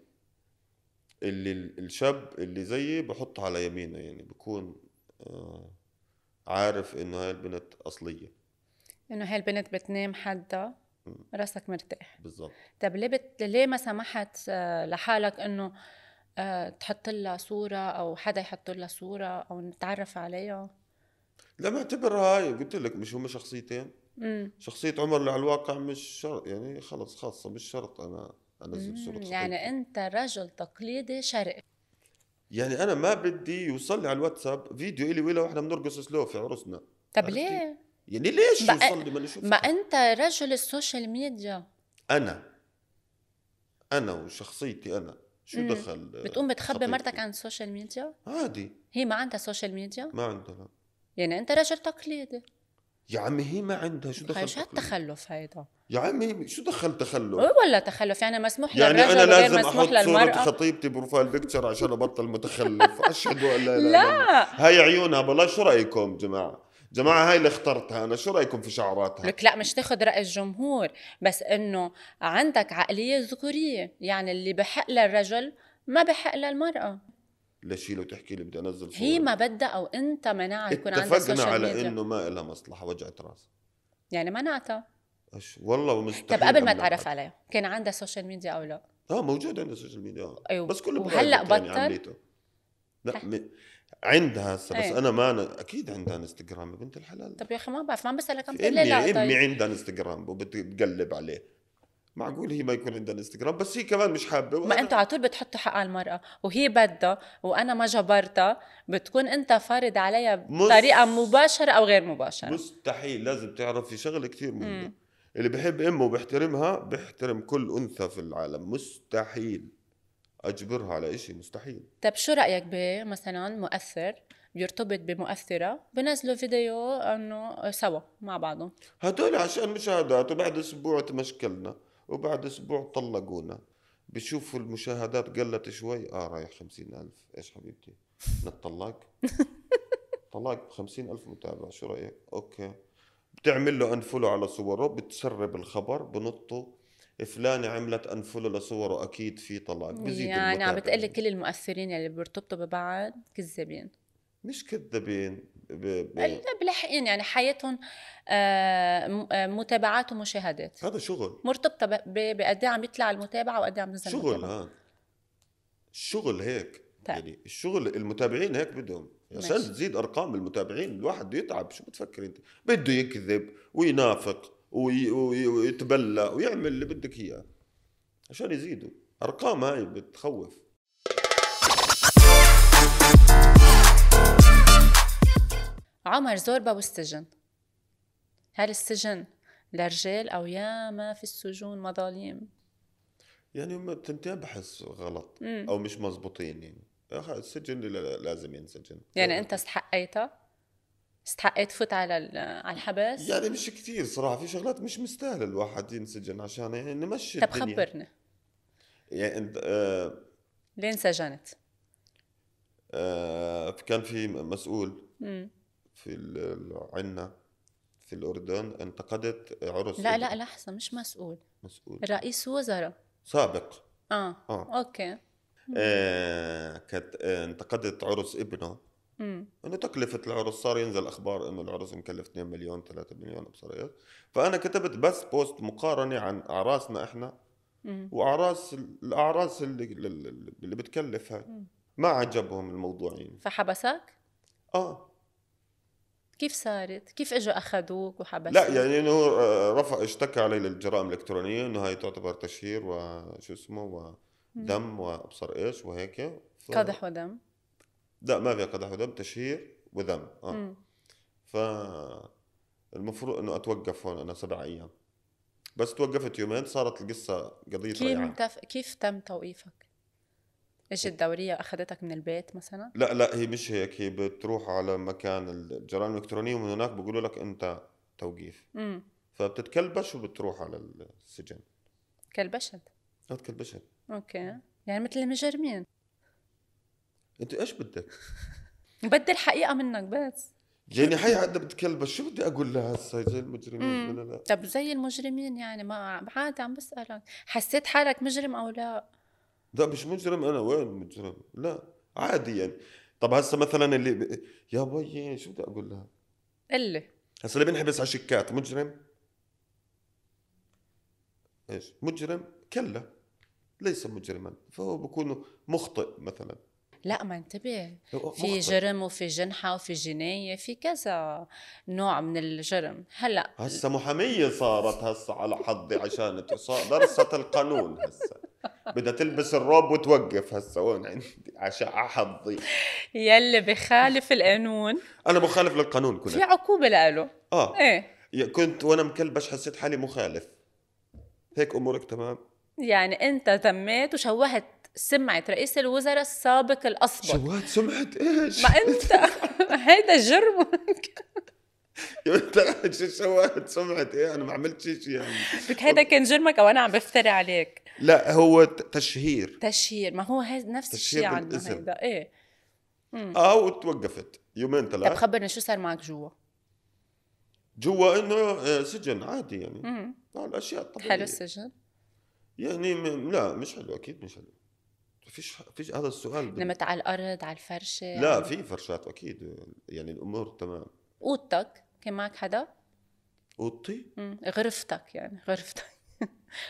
Speaker 1: اللي الشاب اللي زيي بحطها على يمينه يعني بكون آه، عارف إنه هاي البنت أصلية
Speaker 2: انه هاي البنت بتنام حدا
Speaker 1: مم.
Speaker 2: راسك مرتاح
Speaker 1: بالضبط
Speaker 2: طب ليه بت... ليه ما سمحت آه، لحالك انه آه، تحط لها صورة أو حدا يحط لها صورة أو نتعرف عليها
Speaker 1: لا معتبر هاي قلت لك مش هم شخصيتين
Speaker 2: مم.
Speaker 1: شخصية عمر اللي على الواقع مش شرط يعني خلص خاصة مش شرط أنا أنزل صورة
Speaker 2: مم.
Speaker 1: خطيبتي.
Speaker 2: يعني أنت رجل تقليدي شرقي
Speaker 1: يعني أنا ما بدي يوصل لي على الواتساب فيديو إلي وإلها وإحنا بنرقص سلو في عرسنا
Speaker 2: طب
Speaker 1: عرفتي؟
Speaker 2: ليه؟
Speaker 1: يعني ليش
Speaker 2: بقى-
Speaker 1: يوصل لي ما نشوف
Speaker 2: ما أنت رجل السوشيال ميديا
Speaker 1: أنا أنا وشخصيتي أنا شو
Speaker 2: مم.
Speaker 1: دخل
Speaker 2: بتقوم بتخبي
Speaker 1: خطيبتي.
Speaker 2: مرتك عن السوشيال ميديا
Speaker 1: عادي
Speaker 2: هي ما عندها سوشيال ميديا
Speaker 1: ما عندنا
Speaker 2: يعني أنت رجل تقليدي
Speaker 1: يا عمي هي ما عندها شو دخل
Speaker 2: هاي شو
Speaker 1: تخلف؟
Speaker 2: هالتخلف هيدا؟
Speaker 1: يا عمي شو دخل تخلف
Speaker 2: إيه ولا تخلف يعني مسموح
Speaker 1: يعني
Speaker 2: للرجل
Speaker 1: انا
Speaker 2: وغير
Speaker 1: لازم
Speaker 2: مسموح
Speaker 1: احط صوره
Speaker 2: للمرأة
Speaker 1: خطيبتي بروفايل بيكتشر عشان ابطل
Speaker 2: [LAUGHS]
Speaker 1: متخلف اشهد ولا لا, لا, لا.
Speaker 2: لا
Speaker 1: هاي عيونها بلا شو رايكم جماعه جماعه هاي اللي اخترتها انا شو رايكم في شعراتها
Speaker 2: لك لا مش تاخذ راي الجمهور بس انه عندك عقليه ذكوريه يعني اللي بحق للرجل ما بحق للمراه
Speaker 1: ليش هي لو تحكي لي بدي انزل صورة
Speaker 2: هي ما بدها او انت منعها يكون عندها
Speaker 1: اتفقنا
Speaker 2: سوشيال
Speaker 1: على
Speaker 2: ميديا
Speaker 1: انه ما لها مصلحه وجعت راس
Speaker 2: يعني منعتها
Speaker 1: أش... والله مستحيل
Speaker 2: طب طيب، قبل ما
Speaker 1: أمنعها.
Speaker 2: تعرف عليها كان عندها سوشيال ميديا او لا
Speaker 1: اه موجود عندنا السوشيال ميديا آه.
Speaker 2: أيوة.
Speaker 1: بس كله
Speaker 2: وهلأ
Speaker 1: برايفت يعني
Speaker 2: بطل؟
Speaker 1: عمليته. لا
Speaker 2: حلو.
Speaker 1: م... عندها هسه بس
Speaker 2: إيه.
Speaker 1: انا ما أنا... اكيد عندها انستغرام يا بنت الحلال
Speaker 2: طب يا اخي ما بعرف ما عم بسالك عم تقول
Speaker 1: امي
Speaker 2: لي لا
Speaker 1: امي
Speaker 2: طيب
Speaker 1: عندها انستغرام وبتقلب عليه معقول هي ما يكون عندها انستغرام بس هي كمان مش حابه
Speaker 2: ما
Speaker 1: وأنا-
Speaker 2: انتوا على طول بتحطوا حق على المراه وهي بدها وانا ما جبرتها بتكون انت فارض عليها
Speaker 1: مس-
Speaker 2: بطريقه مباشره او غير مباشره
Speaker 1: مستحيل لازم تعرفي شغله كثير مهمه
Speaker 2: مم.
Speaker 1: اللي بحب امه وبيحترمها بيحترم كل انثى في العالم مستحيل اجبرها على شيء مستحيل
Speaker 2: طب طيب، شو رأيك بمثلا مؤثر بيرتبط بمؤثرة بنزلوا فيديو انه سوا مع بعضهم
Speaker 1: هدول عشان مشاهدات وبعد اسبوع تمشكلنا وبعد اسبوع طلقونا بشوفوا المشاهدات قلت شوي اه رايح خمسين ألف ايش حبيبتي
Speaker 2: [LAUGHS]
Speaker 1: نتطلق طلاق بخمسين ألف متابع شو رأيك أوكي بتعمل له أنفولو على صوره بتسرب الخبر بنطه فلانة عملت أنفولو لصوره أكيد في طلاق طيب، بزيد
Speaker 2: يعني عم
Speaker 1: المتابعين.
Speaker 2: بتقلي كل المؤثرين اللي بيرتبطوا ببعض كذابين
Speaker 1: مش كذابين ب... ب...
Speaker 2: لا بلحقين يعني حياتهم آه، م- آه، متابعات ومشاهدات
Speaker 1: هذا شغل
Speaker 2: مرتبطة ب- ب- بقد إيه عم يطلع المتابعة وقد إيه عم ينزل
Speaker 1: شغل
Speaker 2: المتابعة.
Speaker 1: هذا الشغل هيك
Speaker 2: طيب.
Speaker 1: يعني الشغل المتابعين هيك بدهم عشان
Speaker 2: ماشي.
Speaker 1: تزيد ارقام المتابعين الواحد بده يتعب شو بتفكر انت بده يكذب وينافق وي... وي... ويتبلى ويعمل اللي بدك اياه عشان يزيدوا ارقام هاي بتخوف
Speaker 2: عمر زوربا والسجن هل السجن لرجال أو يا ما في السجون مظالم
Speaker 1: يعني هم تنتين بحس غلط
Speaker 2: مم.
Speaker 1: او مش مزبوطين يعني يا أخي السجن لا- لازم ينسجن
Speaker 2: يعني انت استحقيتها استحقيت تفوت على ال- على الحبس
Speaker 1: يعني مش كثير صراحه في شغلات مش مستاهله الواحد ينسجن عشان يعني نمشي
Speaker 2: طب
Speaker 1: الدنيا.
Speaker 2: خبرني
Speaker 1: يعني انت آه
Speaker 2: ليه انسجنت؟
Speaker 1: آه، كان في مسؤول
Speaker 2: مم.
Speaker 1: في ال- عنا في الأردن انتقدت عرس
Speaker 2: لا
Speaker 1: إبن-
Speaker 2: لا لحظة مش مسؤول
Speaker 1: مسؤول
Speaker 2: رئيس وزراء
Speaker 1: سابق
Speaker 2: اه,
Speaker 1: آه.
Speaker 2: اوكي
Speaker 1: آه كانت آه، انتقدت عرس ابنه
Speaker 2: مم.
Speaker 1: انه تكلفة العرس صار ينزل اخبار انه العرس مكلف 2 مليون 3 مليون ابصريات فانا كتبت بس بوست مقارنة عن اعراسنا احنا
Speaker 2: مم.
Speaker 1: واعراس الاعراس اللي اللي بتكلف هاي
Speaker 2: مم.
Speaker 1: ما عجبهم الموضوع يعني
Speaker 2: فحبسك؟
Speaker 1: اه
Speaker 2: كيف صارت؟ كيف اجوا اخذوك وحبسوك؟
Speaker 1: لا يعني انه آه، رفع اشتكى علي للجرائم الالكترونيه انه هاي تعتبر تشهير وشو اسمه
Speaker 2: مم.
Speaker 1: ودم وابصر ايش وهيك ف...
Speaker 2: قدح ودم
Speaker 1: لا ما في قدح ودم تشهير وذم اه
Speaker 2: مم.
Speaker 1: ف المفروض انه اتوقف هون انا سبع ايام بس توقفت يومين صارت القصه قضيه
Speaker 2: كيف
Speaker 1: ريعان
Speaker 2: تف... كيف تم توقيفك؟ اجت الدورية واخذتك من البيت مثلا؟
Speaker 1: لا لا هي مش هيك هي بتروح على مكان الجرائم الالكترونيه ومن هناك بيقولوا لك انت توقيف
Speaker 2: امم
Speaker 1: فبتتكلبش وبتروح على السجن
Speaker 2: كلبشت
Speaker 1: لا تكلبشت
Speaker 2: اوكي يعني مثل المجرمين
Speaker 1: انت ايش بدك
Speaker 2: بدي الحقيقة منك بس
Speaker 1: يعني هي عندها بتكلبش شو بدي اقول لها هسه زي المجرمين
Speaker 2: مم.
Speaker 1: ولا لا
Speaker 2: طب زي المجرمين يعني ما عادي عم بسألك حسيت حالك مجرم أو لا
Speaker 1: لا مش مجرم انا وين مجرم لا عادي يعني طب هسه مثلا اللي ب... يا بيي شو بدي اقول لها
Speaker 2: قلي
Speaker 1: هسه اللي بنحبس على شيكات مجرم ايش مجرم كلا ليس مجرما فهو بكون مخطئ مثلا
Speaker 2: لا ما انتبه
Speaker 1: هو
Speaker 2: في
Speaker 1: مخطئ.
Speaker 2: جرم وفي جنحة وفي جناية في كذا نوع من الجرم هلا
Speaker 1: هسه محامية صارت هسه على حظي عشان تص- درست القانون هسه بدها تلبس الروب وتوقف هسه وين عندي عشان على حظي
Speaker 2: يلي بخالف القانون
Speaker 1: انا مخالف للقانون كنت
Speaker 2: [LAUGHS] في عقوبة لإله
Speaker 1: اه
Speaker 2: ايه
Speaker 1: يا- كنت وانا مكلبش حسيت حالي مخالف هيك امورك تمام
Speaker 2: يعني انت تميت وشوهت سمعة رئيس الوزراء السابق الأسبق
Speaker 1: شوات سمعت ايش
Speaker 2: ما انت [LAUGHS] هيدا جرمك
Speaker 1: [LAUGHS] يا بنت شو شوات سمعت ايه انا ما عملت شيء شيء يعني
Speaker 2: بك هيدا كان جرمك أو أنا عم بفتري عليك
Speaker 1: لا هو ت- تشهير
Speaker 2: تشهير ما هو هي نفس
Speaker 1: تشهير
Speaker 2: الشيء عندنا
Speaker 1: بالاسم.
Speaker 2: هيدا ايه مم.
Speaker 1: او توقفت آه، يومين
Speaker 2: طب
Speaker 1: ثلاث
Speaker 2: خبرنا يعني شو صار معك جوا
Speaker 1: جوا انه آه، سجن عادي يعني
Speaker 2: مم.
Speaker 1: آه، الاشياء
Speaker 2: حلو
Speaker 1: الطبيعيه
Speaker 2: السجن
Speaker 1: يعني م- لا مش حلو اكيد مش حلو فيش فيش هذا السؤال بال-
Speaker 2: نمت على الارض على الفرشه
Speaker 1: لا
Speaker 2: على-
Speaker 1: في فرشات اكيد يعني الامور تمام
Speaker 2: اوضتك كان معك حدا
Speaker 1: اوضتي
Speaker 2: مم. غرفتك يعني غرفتك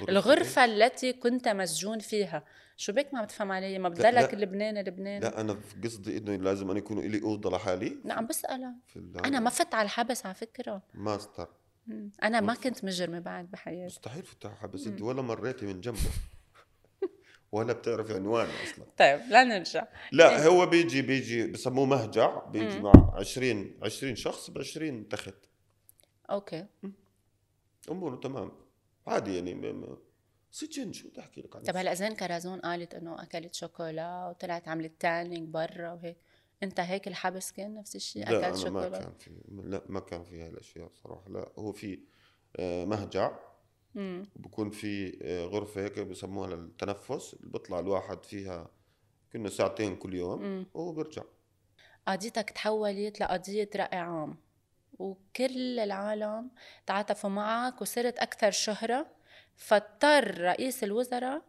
Speaker 2: الغرفة التي كنت مسجون فيها شو بك ما عم تفهم علي ما بضلك
Speaker 1: لا.
Speaker 2: لبنان لبنان
Speaker 1: لا انا قصدي انه لازم انا يكون لي اوضه لحالي
Speaker 2: لا عم نعم، بسألك
Speaker 1: في
Speaker 2: أنا ما فت على الحبس على فكرة
Speaker 1: ماستر
Speaker 2: مم. أنا ما
Speaker 1: مص-
Speaker 2: كنت مجرمة بعد بحياتي
Speaker 1: مستحيل فتح حبس
Speaker 2: مم.
Speaker 1: انت ولا مريتي من
Speaker 2: [LAUGHS]
Speaker 1: جنبه [LAUGHS] ولا بتعرفي عنوانه اصلا
Speaker 2: طيب لا نرجع
Speaker 1: لا هو بيجي بيجي بسموه مهجع بيجي
Speaker 2: مم.
Speaker 1: مع 20 20 شخص ب 20 تخت
Speaker 2: أوكي
Speaker 1: اموره تمام عادي يعني م- م- سجن شو بدي احكي لك عنه
Speaker 2: طب هلا زين كرازون قالت إنه أكلت شوكولا وطلعت عملت تانينج برا وهيك أنت هيك الحبس كان نفس الشيء
Speaker 1: لا
Speaker 2: أكلت
Speaker 1: أنا ما
Speaker 2: شوكولا
Speaker 1: كان في لا ما كان في هالاشياء صراحه لا هو في آه، مهجع
Speaker 2: مم.
Speaker 1: بكون في آه، غرفه هيك بسموها للتنفس بيطلع الواحد فيها كنا ساعتين كل يوم
Speaker 2: مم.
Speaker 1: وهو بيرجع
Speaker 2: قضيتك تحولت لقضية رأي عام وكل العالم تعاطفوا معك وصرت أكثر شهرة فاضطر رئيس الوزراء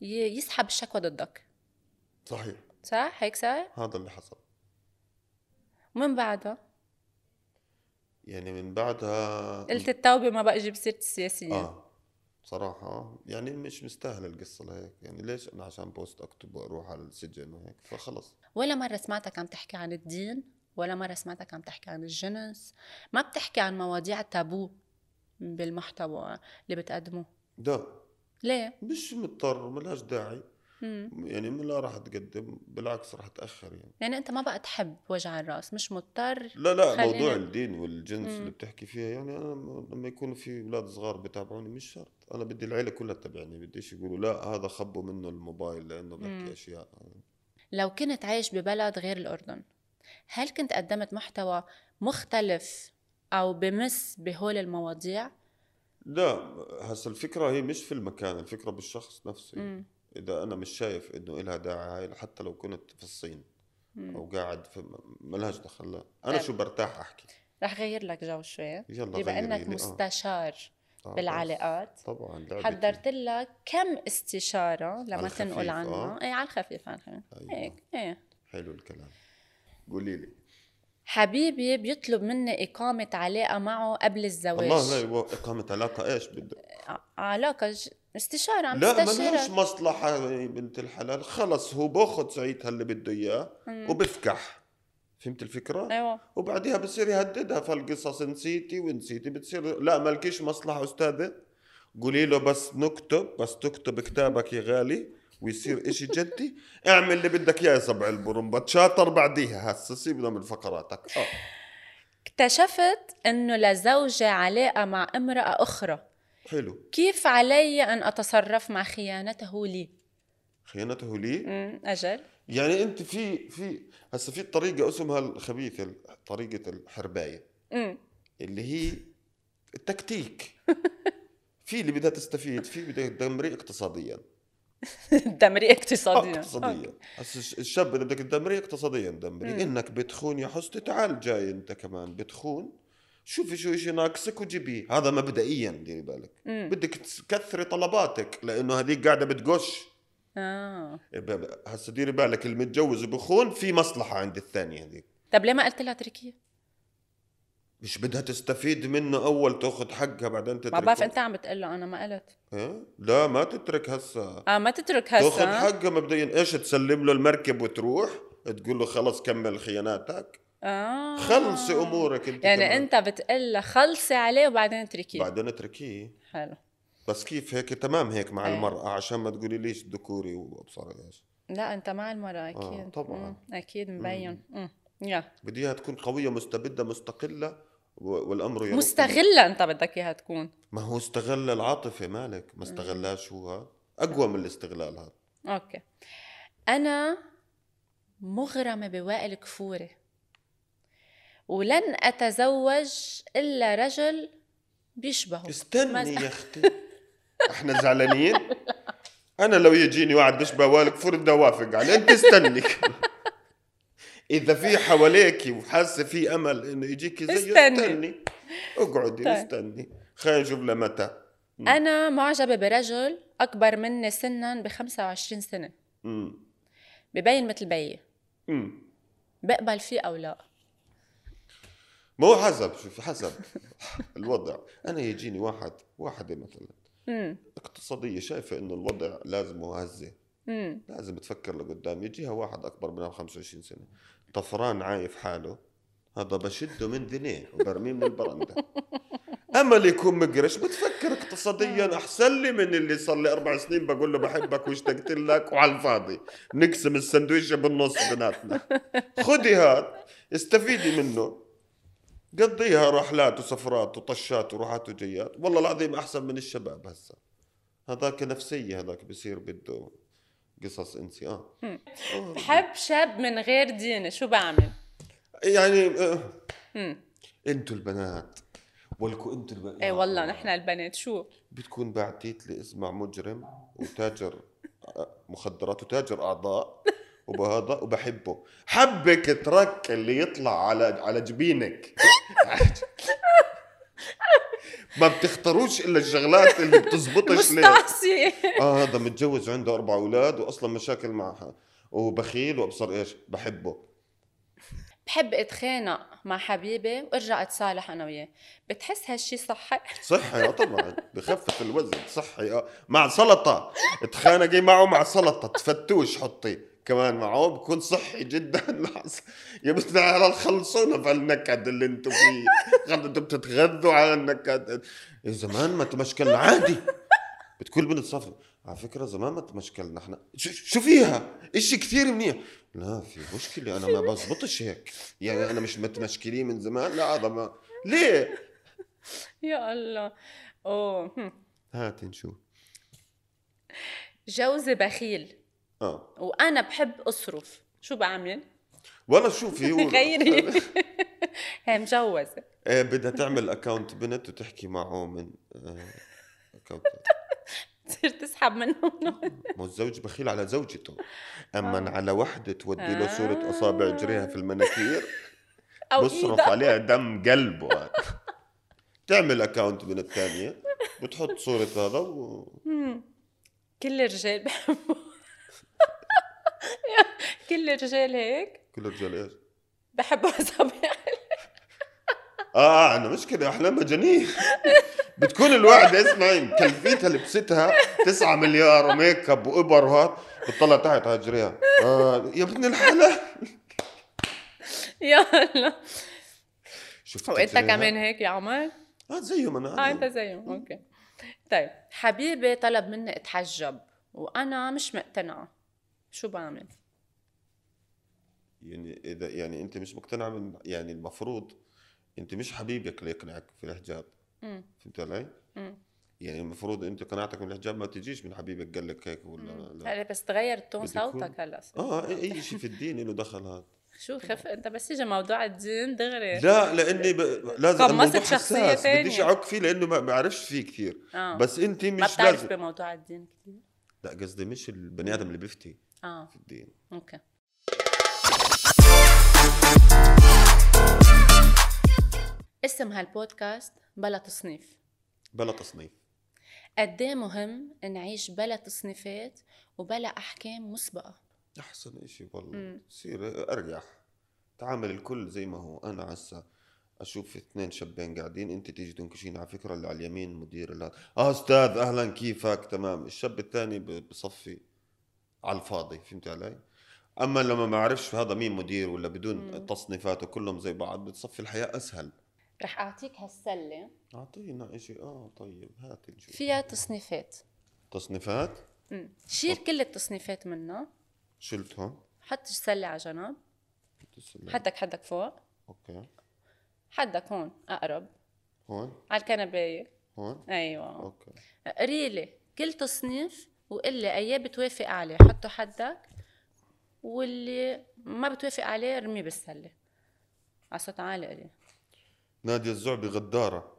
Speaker 2: ي- يسحب الشكوى ضدك
Speaker 1: صحيح
Speaker 2: صح هيك صار
Speaker 1: هذا اللي حصل
Speaker 2: ومن بعدها
Speaker 1: يعني من بعدها
Speaker 2: قلت التوبة ما بقى جيب سيرة السياسية آه.
Speaker 1: اه صراحة يعني مش مستاهلة القصة لهيك يعني ليش أنا عشان بوست أكتب وأروح على السجن وهيك فخلص
Speaker 2: ولا مرة سمعتك عم تحكي عن الدين ولا مرة سمعتك عم تحكي عن الجنس ما بتحكي عن مواضيع تابو بالمحتوى اللي بتقدمه
Speaker 1: ده
Speaker 2: ليه؟
Speaker 1: مش مضطر ملهاش داعي
Speaker 2: مم.
Speaker 1: يعني لا راح تقدم بالعكس راح تأخر يعني
Speaker 2: يعني انت ما بقى تحب وجع الراس مش مضطر
Speaker 1: لا لا
Speaker 2: خلينا-
Speaker 1: موضوع الدين والجنس
Speaker 2: مم.
Speaker 1: اللي بتحكي فيها يعني أنا م- لما يكون في أولاد صغار بتابعوني مش شرط أنا بدي العيلة كلها تتابعني بديش يقولوا لا هذا خبوا منه الموبايل لأنه
Speaker 2: مم.
Speaker 1: بيحكي أشياء
Speaker 2: لو كنت عايش ببلد غير الأردن هل كنت قدمت محتوى مختلف أو بمس بهول المواضيع؟
Speaker 1: لا هسا الفكرة هي مش في المكان الفكرة بالشخص نفسه
Speaker 2: مم.
Speaker 1: اذا انا مش شايف انه إلها داعي هاي حتى لو كنت في الصين
Speaker 2: مم.
Speaker 1: او قاعد في ملهاش دخل لا
Speaker 2: طيب.
Speaker 1: انا شو برتاح احكي
Speaker 2: رح غير لك جو شوي
Speaker 1: يلا
Speaker 2: بما
Speaker 1: غيري
Speaker 2: انك
Speaker 1: لي. آه،
Speaker 2: مستشار
Speaker 1: طبعاً.
Speaker 2: بالعلاقات
Speaker 1: طبعا لعبتي.
Speaker 2: حضرت لك كم استشارة لما
Speaker 1: الخفيف،
Speaker 2: تنقل عنها
Speaker 1: آه.
Speaker 2: ايه على الخفيف على الخفيف
Speaker 1: أيوة.
Speaker 2: هيك ايه
Speaker 1: حلو الكلام قولي لي
Speaker 2: حبيبي بيطلب مني إقامة علاقة معه قبل الزواج آه،
Speaker 1: الله لا يو- اقامه علاقه ايش بده
Speaker 2: ع- علاقة ج- استشارة عم
Speaker 1: لا ملهاش
Speaker 2: تستشيرك.
Speaker 1: مصلحه يا بنت الحلال خلص هو باخذ ساعتها اللي بده اياه
Speaker 2: مم.
Speaker 1: وبفكح فهمت الفكره
Speaker 2: ايوه
Speaker 1: وبعديها بصير يهددها فالقصص نسيتي ونسيتي بتصير لا مالكيش مصلحة أستاذة قولي له بس نكتب بس تكتب كتابك يا غالي ويصير اشي
Speaker 2: [LAUGHS]
Speaker 1: جدي اعمل اللي بدك اياه يا سبع البرمبة تشاطر بعديها هسه سيبنا من فقراتك اه
Speaker 2: اكتشفت انه لزوجي علاقة مع امرأة اخرى
Speaker 1: حلو
Speaker 2: كيف علي ان اتصرف مع خيانته لي
Speaker 1: خيانته لي
Speaker 2: أمم، اجل
Speaker 1: يعني انت في في هسه في طريقة اسمها الخبيثة ال- طريقة الحرباية
Speaker 2: أمم،
Speaker 1: اللي هي التكتيك في اللي بدها تستفيد في بدها تدمري اقتصاديا
Speaker 2: [LAUGHS] دمري اقتصاديا
Speaker 1: اقتصاديا هسه الش- الشاب اذا بدك تدمريه اقتصاديا
Speaker 2: مم.
Speaker 1: دمري انك بتخون يا حسني تعال جاي انت كمان بتخون شوفي شو اشي ناقصك وجيبيه هذا مبدئيا ديري بالك
Speaker 2: أمم،
Speaker 1: بدك تكثري طلباتك لانه هذيك قاعده بتقش
Speaker 2: اه
Speaker 1: ب- ب- هسه ديري بالك اللي متجوز وبخون في مصلحه عند الثانيه هذيك
Speaker 2: طب ليه ما قلت لها تركيا
Speaker 1: مش بدها تستفيد منه اول تاخذ حقها بعدين تترك
Speaker 2: ما بعرف انت عم بتقول له انا ما قلت
Speaker 1: لا ما تترك هسه
Speaker 2: اه ما تترك
Speaker 1: تاخذ
Speaker 2: هسا
Speaker 1: حقه مبدئيا ايش تسلم له المركب وتروح تقول له خلص كمل خياناتك
Speaker 2: اه
Speaker 1: خلصي امورك انت
Speaker 2: يعني
Speaker 1: كمان.
Speaker 2: انت بتقول لها خلصي عليه وبعدين اتركيه
Speaker 1: بعدين اتركيه
Speaker 2: حلو
Speaker 1: بس كيف هيك تمام هيك مع
Speaker 2: إيه.
Speaker 1: المرأة عشان ما تقولي ليش ذكوري وابصري ايش
Speaker 2: لا انت مع المرأة اكيد
Speaker 1: آه، طبعاً.
Speaker 2: أمم، اكيد مبين أمم، يا
Speaker 1: بدي اياها تكون قوية مستبدة مستقلة و- والامر يروح.
Speaker 2: مستغلة انت بدك اياها تكون
Speaker 1: ما هو استغل العاطفة مالك ما استغلاش هو هاد. اقوى من الاستغلال هذا
Speaker 2: اوكي انا مغرمه بوائل كفوري ولن اتزوج الا رجل بيشبهه
Speaker 1: استني
Speaker 2: مز-
Speaker 1: يا اختي احنا زعلانين انا لو يجيني واحد بيشبه والك فرد بدي اوافق عليه انت
Speaker 2: [LAUGHS]
Speaker 1: استني اذا في حواليك وحاسه في امل انه يجيكي زيه
Speaker 2: استني.
Speaker 1: استني, اقعدي
Speaker 2: طيب.
Speaker 1: استني خلينا نشوف لمتى مم.
Speaker 2: انا معجبه برجل اكبر مني سنا ب 25 سنه
Speaker 1: مم.
Speaker 2: ببين مثل بيي
Speaker 1: مم.
Speaker 2: بقبل فيه او لا
Speaker 1: ما هو حسب شوف حسب الوضع انا يجيني واحد واحده مثلا
Speaker 2: امم
Speaker 1: اقتصادية شايفة إنه الوضع لازم هزة
Speaker 2: امم
Speaker 1: لازم تفكر لقدام يجيها واحد أكبر منها ب 25 سنة طفران عايف حاله هذا بشده من ذنيه وبرميه من البرندة [LAUGHS] أما اللي يكون مقرش بتفكر اقتصاديا أحسن لي من اللي صار لي أربع سنين بقول له بحبك واشتقت لك وعلى الفاضي نقسم السندويشة بالنص بيناتنا خدي هاد استفيدي منه قضيها رحلات وسفرات وطشات وروحات وجيات والله العظيم احسن من الشباب هسه هذاك نفسية هذاك بصير بده قصص انسي اه
Speaker 2: مم.
Speaker 1: آه.
Speaker 2: بحب شاب من غير دين شو بعمل؟
Speaker 1: يعني آه.
Speaker 2: امم
Speaker 1: انتوا البنات ولكو انتوا البنات
Speaker 2: ايه والله نحن البنات شو؟
Speaker 1: بتكون بعتيت لي اسمع مجرم وتاجر آه، مخدرات وتاجر اعضاء وبهذا وبحبه حبك ترك اللي يطلع على على جبينك [LAUGHS] ما بتختاروش الا الشغلات اللي بتزبطش ليه
Speaker 2: مستعصية
Speaker 1: اه هذا متجوز عنده اربع اولاد واصلا مشاكل معها وبخيل وابصر ايش بحبه
Speaker 2: بحب اتخانق مع حبيبي وارجع اتصالح انا وياه بتحس هالشي صح؟
Speaker 1: صحي اه طبعا بخفف الوزن صحي اه مع سلطه تخانقي معه مع سلطه تفتوش حطي كمان معه بكون صحي [LAUGHS] جدا يا بس على خلصونا في النكد اللي انتم فيه خلص انتم بتتغذوا على النكد يا زمان ما تمشكلنا عادي بتقول بنت صفر على فكره زمان ما تمشكلنا احنا شو, شو فيها؟ اشي كثير منيح لا في مشكله انا ما بزبطش هيك يعني انا مش متمشكلين من زمان لا هذا ما ليه؟
Speaker 2: [LAUGHS] يا الله اوه هم.
Speaker 1: هاتي نشوف
Speaker 2: جوزي بخيل
Speaker 1: اه
Speaker 2: وانا بحب اصرف شو بعمل؟
Speaker 1: والله
Speaker 2: [LAUGHS]
Speaker 1: شوفي هو
Speaker 2: غيري هي مجوزة
Speaker 1: آه، بدها تعمل اكونت بنت وتحكي معه من آه، اكونت
Speaker 2: بتصير تسحب منه
Speaker 1: مو الزوج بخيل على زوجته اما
Speaker 2: آه.
Speaker 1: على وحده تودي له
Speaker 2: آه.
Speaker 1: صوره اصابع جريها في المناكير
Speaker 2: [LAUGHS] او
Speaker 1: بصرف
Speaker 2: ايدك
Speaker 1: عليها دم قلبه تعمل اكونت بنت ثانيه بتحط صوره هذا و...
Speaker 2: مم. كل الرجال بحبوا [LAUGHS] كل الرجال هيك
Speaker 1: كل الرجال ايش؟
Speaker 2: بحبوا اصابع
Speaker 1: اه انا مشكله احلام مجانين [LAUGHS] بتكون الواحدة اسمعي مكلفيتها لبستها 9 مليار وميك اب وابر وهات بتطلع تحت على جريها آه يا ابن الحلال
Speaker 2: [LAUGHS] يا الله
Speaker 1: شفت
Speaker 2: وانت
Speaker 1: جريها؟
Speaker 2: كمان هيك يا عمر
Speaker 1: اه زيهم انا
Speaker 2: اه انت زيهم اوكي طيب حبيبي طلب مني اتحجب وانا مش مقتنعه شو بعمل؟
Speaker 1: يعني اذا يعني انت مش مقتنعه من يعني المفروض انت مش حبيبك اللي يقنعك في الحجاب
Speaker 2: مم.
Speaker 1: فهمت علي؟
Speaker 2: مم.
Speaker 1: يعني المفروض انت قناعتك من الحجاب ما تجيش من حبيبك قال لك هيك ولا
Speaker 2: مم.
Speaker 1: لا
Speaker 2: هلا بس تغير تون
Speaker 1: بده يكون-
Speaker 2: صوتك هلا صار.
Speaker 1: اه أي- اي شيء في الدين له دخل هذا
Speaker 2: شو خف انت بس يجي موضوع الدين دغري
Speaker 1: لا لاني ب... لازم
Speaker 2: قمصت
Speaker 1: الموضوع
Speaker 2: شخصية
Speaker 1: حساس
Speaker 2: تانية.
Speaker 1: بديش اعك فيه لانه ما بعرفش فيه كثير
Speaker 2: آه.
Speaker 1: بس انت
Speaker 2: ما
Speaker 1: مش
Speaker 2: بتعرف
Speaker 1: لازم
Speaker 2: بموضوع الدين كثير
Speaker 1: لا قصدي مش البني ادم اللي بيفتي
Speaker 2: اه
Speaker 1: في الدين
Speaker 2: اوكي اسم هالبودكاست بلا تصنيف
Speaker 1: بلا تصنيف
Speaker 2: قد إيه مهم نعيش بلا تصنيفات وبلا احكام مسبقه
Speaker 1: احسن شيء والله
Speaker 2: مم.
Speaker 1: بصير اريح تعامل الكل زي ما هو انا هسه اشوف اثنين شابين قاعدين انت تيجي تنكشين على فكره اللي على اليمين مدير ال- اه استاذ اهلا كيفك تمام الشاب الثاني ب- بصفي على الفاضي فهمت علي اما لما ما اعرفش هذا مين مدير ولا بدون
Speaker 2: مم.
Speaker 1: تصنيفات وكلهم زي بعض بتصفي الحياه اسهل
Speaker 2: رح اعطيك هالسله
Speaker 1: اعطينا شيء اه طيب هات نشوف
Speaker 2: فيها تصنيفات
Speaker 1: تصنيفات
Speaker 2: مم. شيل كل التصنيفات منها
Speaker 1: شلتهم
Speaker 2: حط السله على جنب
Speaker 1: تسلم.
Speaker 2: حدك حدك فوق
Speaker 1: اوكي
Speaker 2: حدك هون اقرب
Speaker 1: هون
Speaker 2: على الكنبايه
Speaker 1: هون
Speaker 2: ايوه
Speaker 1: اوكي
Speaker 2: اقري لي كل تصنيف وقلي لي اياه بتوافق عليه حطه حدك واللي ما بتوافق عليه ارميه بالسله على صوت عالي قري
Speaker 1: نادية الزعبي غدارة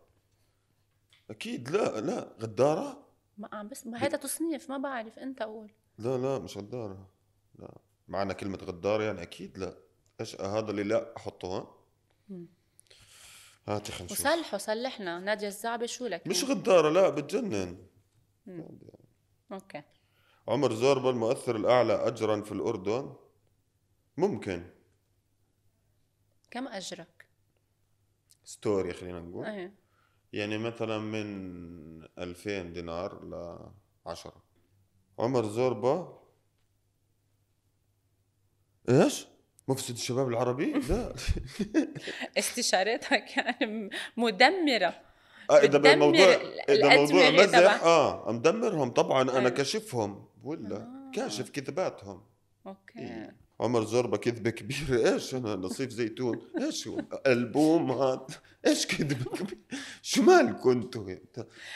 Speaker 1: أكيد لا لا غدارة؟
Speaker 2: ما عم بس ما هذا تصنيف ما بعرف انت قول
Speaker 1: لا لا مش غدارة لا معنى كلمة غدارة يعني أكيد لا إيش هذا اللي لا أحطه هون؟
Speaker 2: مم.
Speaker 1: هاتي خلينا نشوف
Speaker 2: وصلحوا صلحنا نادية الزعبي شو لك يعني.
Speaker 1: مش غدارة لا بتجنن
Speaker 2: مم. اوكي
Speaker 1: عمر زوربا المؤثر الأعلى أجرا في الأردن ممكن
Speaker 2: كم اجرك؟
Speaker 1: ستوري خلينا نقول
Speaker 2: ايه
Speaker 1: يعني مثلا من 2000 دينار ل 10 عمر زوربا ايش؟ مفسد الشباب العربي؟ لا
Speaker 2: استشارتها [LAUGHS] كان مدمره
Speaker 1: آه، اذا
Speaker 2: بتدمر
Speaker 1: بالموضوع
Speaker 2: ال-
Speaker 1: اذا موضوع
Speaker 2: الأدمغة
Speaker 1: مزح
Speaker 2: تبع-
Speaker 1: اه مدمرهم طبعا انا
Speaker 2: أيوة.
Speaker 1: كشفهم ولا
Speaker 2: آه.
Speaker 1: كاشف كذباتهم
Speaker 2: اوكي
Speaker 1: إيه. عمر زربة كذبة [LAUGHS] كبيرة ايش انا نصيف زيتون ايش هو البوم هذا ايش كذبة كبيرة شو مالكم انتم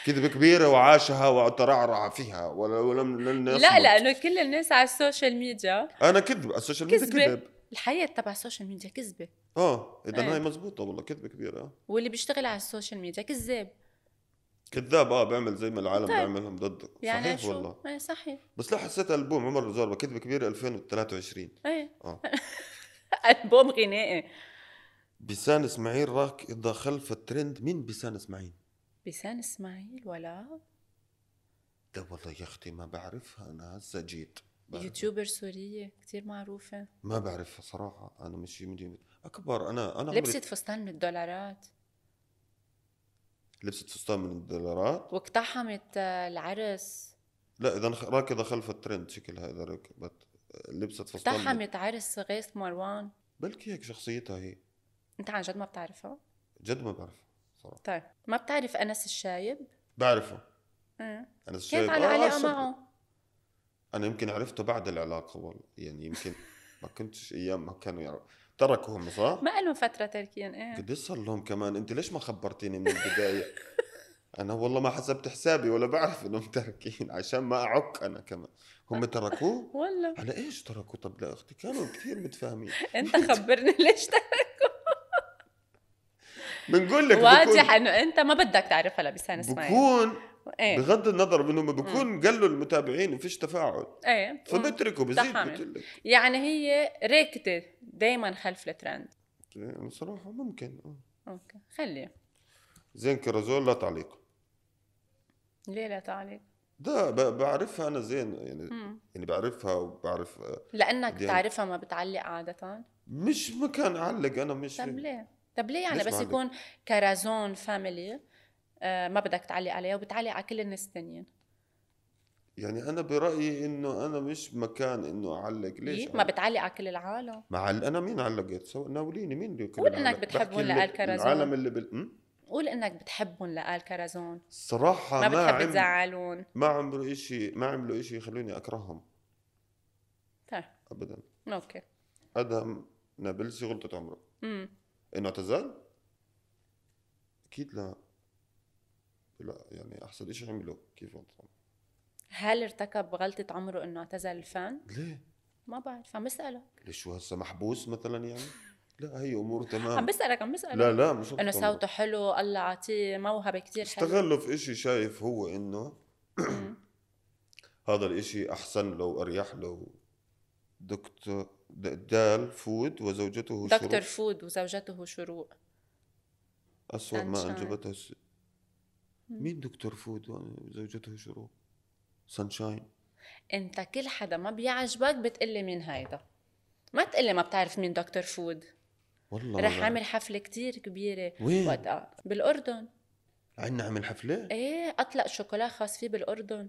Speaker 1: كذبة كبيرة وعاشها وترعرع فيها ولا ولم لن
Speaker 2: لا
Speaker 1: يصمت.
Speaker 2: لانه كل الناس على السوشيال ميديا
Speaker 1: انا كذب على السوشيال ميديا
Speaker 2: كذبة.
Speaker 1: كذب
Speaker 2: الحياه تبع السوشيال ميديا كذبه
Speaker 1: اه اذا
Speaker 2: إيه.
Speaker 1: هاي مزبوطة والله كذبة كبيرة آه.
Speaker 2: واللي بيشتغل على السوشيال ميديا كذاب
Speaker 1: كذاب اه بيعمل زي ما العالم
Speaker 2: طيب.
Speaker 1: بيعملهم ضدك
Speaker 2: يعني
Speaker 1: صحيح
Speaker 2: شو
Speaker 1: والله
Speaker 2: ايه صحيح
Speaker 1: بس لا حسيت البوم عمر زربة كذبة كبيرة 2023
Speaker 2: ايه
Speaker 1: اه
Speaker 2: [LAUGHS] البوم غنائي
Speaker 1: بيسان اسماعيل راك اذا خلف الترند مين بيسان اسماعيل؟
Speaker 2: بيسان اسماعيل ولا
Speaker 1: ده طيب والله يا اختي ما بعرفها انا هسه جيت بعرفها.
Speaker 2: يوتيوبر سوريه كثير معروفه
Speaker 1: ما بعرفها صراحه انا مش مدي اكبر انا انا عمري
Speaker 2: لبست فستان من الدولارات
Speaker 1: لبست فستان من الدولارات
Speaker 2: واقتحمت آه، العرس
Speaker 1: لا اذا خ- راكضه خلف الترند شكلها اذا ركبت لبست فستان من-
Speaker 2: اقتحمت عرس غيث مروان
Speaker 1: بلكي هيك شخصيتها هي
Speaker 2: انت عن جد ما بتعرفها
Speaker 1: جد ما بعرفها صراحه
Speaker 2: طيب ما بتعرف انس الشايب
Speaker 1: بعرفها
Speaker 2: آه.
Speaker 1: انا
Speaker 2: كانت
Speaker 1: شايف-
Speaker 2: على
Speaker 1: آه،
Speaker 2: علاقه
Speaker 1: صدق.
Speaker 2: معه
Speaker 1: انا يمكن عرفته بعد العلاقه والله يعني
Speaker 2: [LAUGHS]
Speaker 1: يمكن ما كنتش ايام ما كانوا يعرفوا تركهم صح؟
Speaker 2: ما لهم فتره تركيا ايه
Speaker 1: قد ايش صار لهم كمان انت ليش ما خبرتيني من البدايه انا والله ما حسبت حسابي ولا بعرف انهم تاركين عشان ما اعك انا كمان هم تركوه
Speaker 2: والله
Speaker 1: على ايش تركوا طب لا اختي كانوا كثير متفاهمين
Speaker 2: انت خبرني [LAUGHS] ليش
Speaker 1: بنقول لك
Speaker 2: واضح
Speaker 1: بكون
Speaker 2: انه انت ما بدك تعرفها لبيسان اسماعيل
Speaker 1: بكون
Speaker 2: ايه
Speaker 1: بغض النظر منهم بكون قالوا المتابعين وفيش تفاعل
Speaker 2: ايه مم.
Speaker 1: فبتركوا بزيد
Speaker 2: تفاعل.
Speaker 1: قلت لك
Speaker 2: يعني هي راكده دائما خلف الترند
Speaker 1: يعني صراحه ممكن آه.
Speaker 2: اوكي خليه
Speaker 1: زين كرزول لا تعليق
Speaker 2: ليه لا تعليق
Speaker 1: ده ب- بعرفها انا زين يعني
Speaker 2: مم.
Speaker 1: يعني بعرفها وبعرف آه،
Speaker 2: لانك
Speaker 1: بدي أعلق.
Speaker 2: بتعرفها ما بتعلق عاده
Speaker 1: مش مكان اعلق انا مش
Speaker 2: طب ليه طب ليه يعني
Speaker 1: ليش
Speaker 2: بس
Speaker 1: بعلق؟
Speaker 2: يكون كرازون فاميلي آه ما بدك تعلق عليها وبتعلق على كل الناس الثانيين
Speaker 1: يعني انا برايي انه انا مش مكان انه اعلق ليش
Speaker 2: إيه؟ ما بتعلق على كل العالم
Speaker 1: مع ال- انا مين علقت سو... ناوليني مين اللي كان
Speaker 2: قول إنك
Speaker 1: علق؟
Speaker 2: بتحب
Speaker 1: بحكي
Speaker 2: ولا
Speaker 1: اللي-
Speaker 2: الكرزون.
Speaker 1: العالم اللي بال... أم؟
Speaker 2: قول انك بتحبهم لآل كرازون
Speaker 1: صراحة
Speaker 2: ما
Speaker 1: آه، ما ما,
Speaker 2: بتحب
Speaker 1: عم...
Speaker 2: تزعلون
Speaker 1: ما عمرو إشي ما عملوا إشي يخلوني أكرههم
Speaker 2: طيب
Speaker 1: أبدا
Speaker 2: اوكي
Speaker 1: أدهم نابلسي غلطة عمره
Speaker 2: امم
Speaker 1: إنه اعتزل أكيد لا لا يعني أحسن إشي عمله كيف غلطة
Speaker 2: هل ارتكب غلطة عمره انه اعتزل الفن؟
Speaker 1: ليه؟
Speaker 2: ما بعرف عم بسألك
Speaker 1: ليش شو هسه محبوس مثلا يعني؟ لا هي أمور
Speaker 2: عم
Speaker 1: تمام
Speaker 2: بسألك عم بسألك
Speaker 1: آه. لا لا مش
Speaker 2: انه
Speaker 1: غلطة عمره.
Speaker 2: صوته حلو الله عطيه موهبة كتير حلوة
Speaker 1: استغلوا في إشي شايف هو إنه
Speaker 2: مم.
Speaker 1: هذا الإشي أحسن له وأريح له دكتور د- دال فود وزوجته
Speaker 2: دكتور
Speaker 1: شروق
Speaker 2: فود وزوجته شروق
Speaker 1: أسوأ ما
Speaker 2: سانشاين.
Speaker 1: أنجبته الس...
Speaker 2: مم.
Speaker 1: مين دكتور فود وزوجته شروق سانشاين
Speaker 2: انت كل حدا ما بيعجبك بتقلي مين هيدا ما تقلي ما بتعرف مين دكتور فود
Speaker 1: والله
Speaker 2: رح عامل حفلة كتير كبيرة
Speaker 1: وين
Speaker 2: وقتها بالأردن
Speaker 1: عنا عمل حفلة
Speaker 2: ايه أطلق شوكولا خاص فيه بالأردن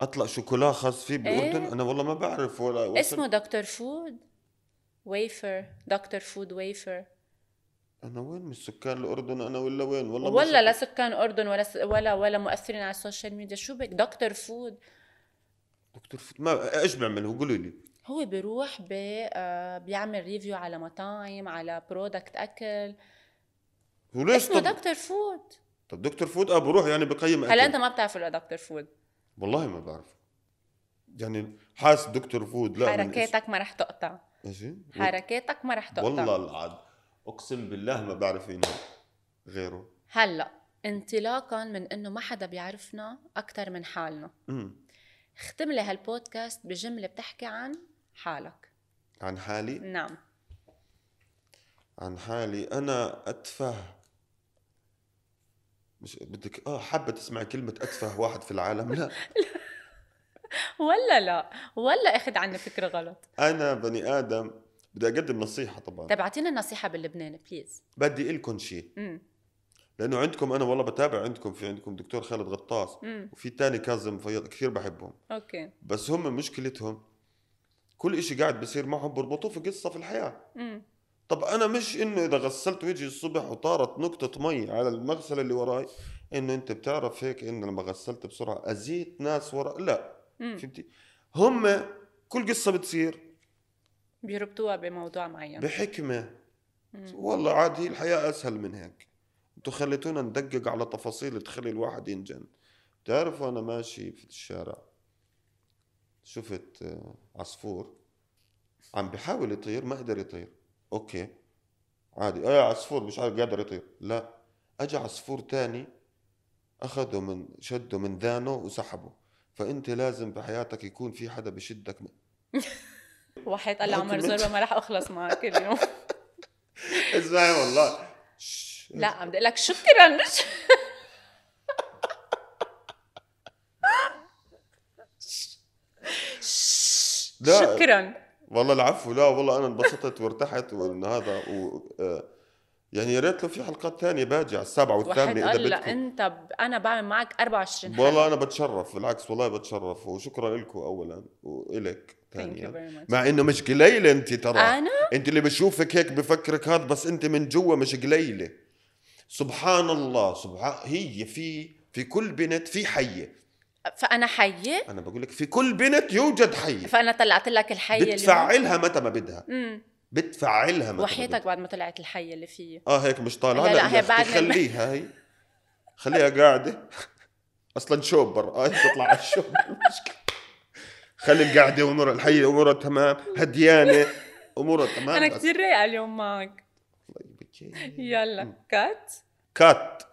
Speaker 1: أطلق شوكولا خاص فيه بالأردن
Speaker 2: إيه.
Speaker 1: أنا والله ما بعرف ولا وصل-
Speaker 2: اسمه دكتور فود ويفر دكتور فود ويفر
Speaker 1: أنا وين من سكان الأردن أنا ولا وين والله ما
Speaker 2: ولا لا
Speaker 1: شفت.
Speaker 2: سكان أردن ولا س... ولا ولا مؤثرين على السوشيال ميديا شو بك دكتور فود
Speaker 1: دكتور فود ما إيش بيعمل هو قولوا لي
Speaker 2: هو بيروح بي... آه، بيعمل ريفيو على مطاعم على برودكت اكل
Speaker 1: هو ليش
Speaker 2: اسمه
Speaker 1: طب
Speaker 2: دكتور فود
Speaker 1: طب دكتور فود أه بروح يعني بقيم
Speaker 2: هلا
Speaker 1: أكل.
Speaker 2: انت ما بتعرفه لا دكتور فود
Speaker 1: والله ما بعرف يعني حاس دكتور فود لا من اسم-
Speaker 2: حركاتك ما رح تقطع
Speaker 1: ماشي
Speaker 2: حركاتك ما رح تقطع
Speaker 1: والله العظيم اقسم بالله ما بعرف انه غيره
Speaker 2: هلا انطلاقا من انه ما حدا بيعرفنا اكثر من حالنا
Speaker 1: امم
Speaker 2: اختم لي هالبودكاست بجمله بتحكي عن حالك
Speaker 1: عن حالي
Speaker 2: نعم
Speaker 1: عن حالي انا اتفه مش بدك اه حابه تسمع كلمه اتفه واحد في العالم لا
Speaker 2: ولا لا ولا اخذ عنا فكره غلط
Speaker 1: انا بني ادم بدي اقدم نصيحه طبعا
Speaker 2: طب اعطينا نصيحه باللبناني بليز
Speaker 1: بدي لكم شيء
Speaker 2: امم
Speaker 1: لانه عندكم انا والله بتابع عندكم في عندكم دكتور خالد غطاس
Speaker 2: امم
Speaker 1: وفي تاني كاظم فياض كثير بحبهم
Speaker 2: اوكي
Speaker 1: بس هم مشكلتهم كل إشي قاعد بصير معهم بربطوه في قصه في الحياه
Speaker 2: امم
Speaker 1: طب انا مش انه اذا غسلت وجهي الصبح وطارت نقطه مي على المغسله اللي وراي انه انت بتعرف هيك انه لما غسلت بسرعه اذيت ناس ورا لا
Speaker 2: امم
Speaker 1: فهمتي هم كل قصه بتصير
Speaker 2: بيربطوها بموضوع معين
Speaker 1: بحكمه
Speaker 2: مم.
Speaker 1: والله عاد هي الحياة أسهل من هيك انتوا خليتونا ندقق على تفاصيل تخلي الواحد ينجن بتعرف وأنا ماشي في الشارع شفت آه، عصفور عم بحاول يطير ما قدر يطير أوكي عادي آه عصفور مش عارف قادر يطير لا أجا عصفور تاني أخده من شده من ذانه وسحبه فأنت لازم بحياتك يكون في حدا بشدك [LAUGHS]
Speaker 2: وحيت الله عمر
Speaker 1: أوكي.
Speaker 2: زربه ما راح اخلص معك اليوم
Speaker 1: اسمعي والله
Speaker 2: لا عم بقول لك شكرا مش
Speaker 1: لا.
Speaker 2: شكرا
Speaker 1: والله العفو لا والله انا انبسطت وارتحت وان هذا و آه، يعني يا ريت لو في حلقات ثانيه باجي على السابعه
Speaker 2: وحيد
Speaker 1: والثامنه اذا
Speaker 2: الله
Speaker 1: بدكم
Speaker 2: انت ب... انا بعمل معك 24 حلقه
Speaker 1: والله انا بتشرف بالعكس والله بتشرف وشكرا لكم اولا والك
Speaker 2: Thank you
Speaker 1: ثانيا
Speaker 2: very much.
Speaker 1: مع انه مش قليله انت ترى
Speaker 2: انا
Speaker 1: انت اللي بشوفك هيك بفكرك هذا بس انت من جوا مش قليله سبحان الله سبحان هي في في كل بنت في حيه
Speaker 2: فانا حيه
Speaker 1: انا بقول لك في كل بنت يوجد حيه
Speaker 2: فانا طلعت لك الحيه اليوم.
Speaker 1: بتفعلها متى ما بدها
Speaker 2: امم
Speaker 1: بتفعلها متى ما بدها
Speaker 2: وحياتك بعد ما طلعت الحيه اللي فيي
Speaker 1: اه هيك مش طالعه
Speaker 2: لا،
Speaker 1: لا,
Speaker 2: لا،
Speaker 1: لا,
Speaker 2: هي بعد ما-
Speaker 1: خليها هي خليها قاعده اصلا شوب برا اه تطلع على الشوب المشكلة. خلي القاعده امورها الحيه امورها تمام هديانه امورها تمام
Speaker 2: انا
Speaker 1: بس.
Speaker 2: كثير رايقه اليوم معك
Speaker 1: الله يبكي.
Speaker 2: يلا كات
Speaker 1: كات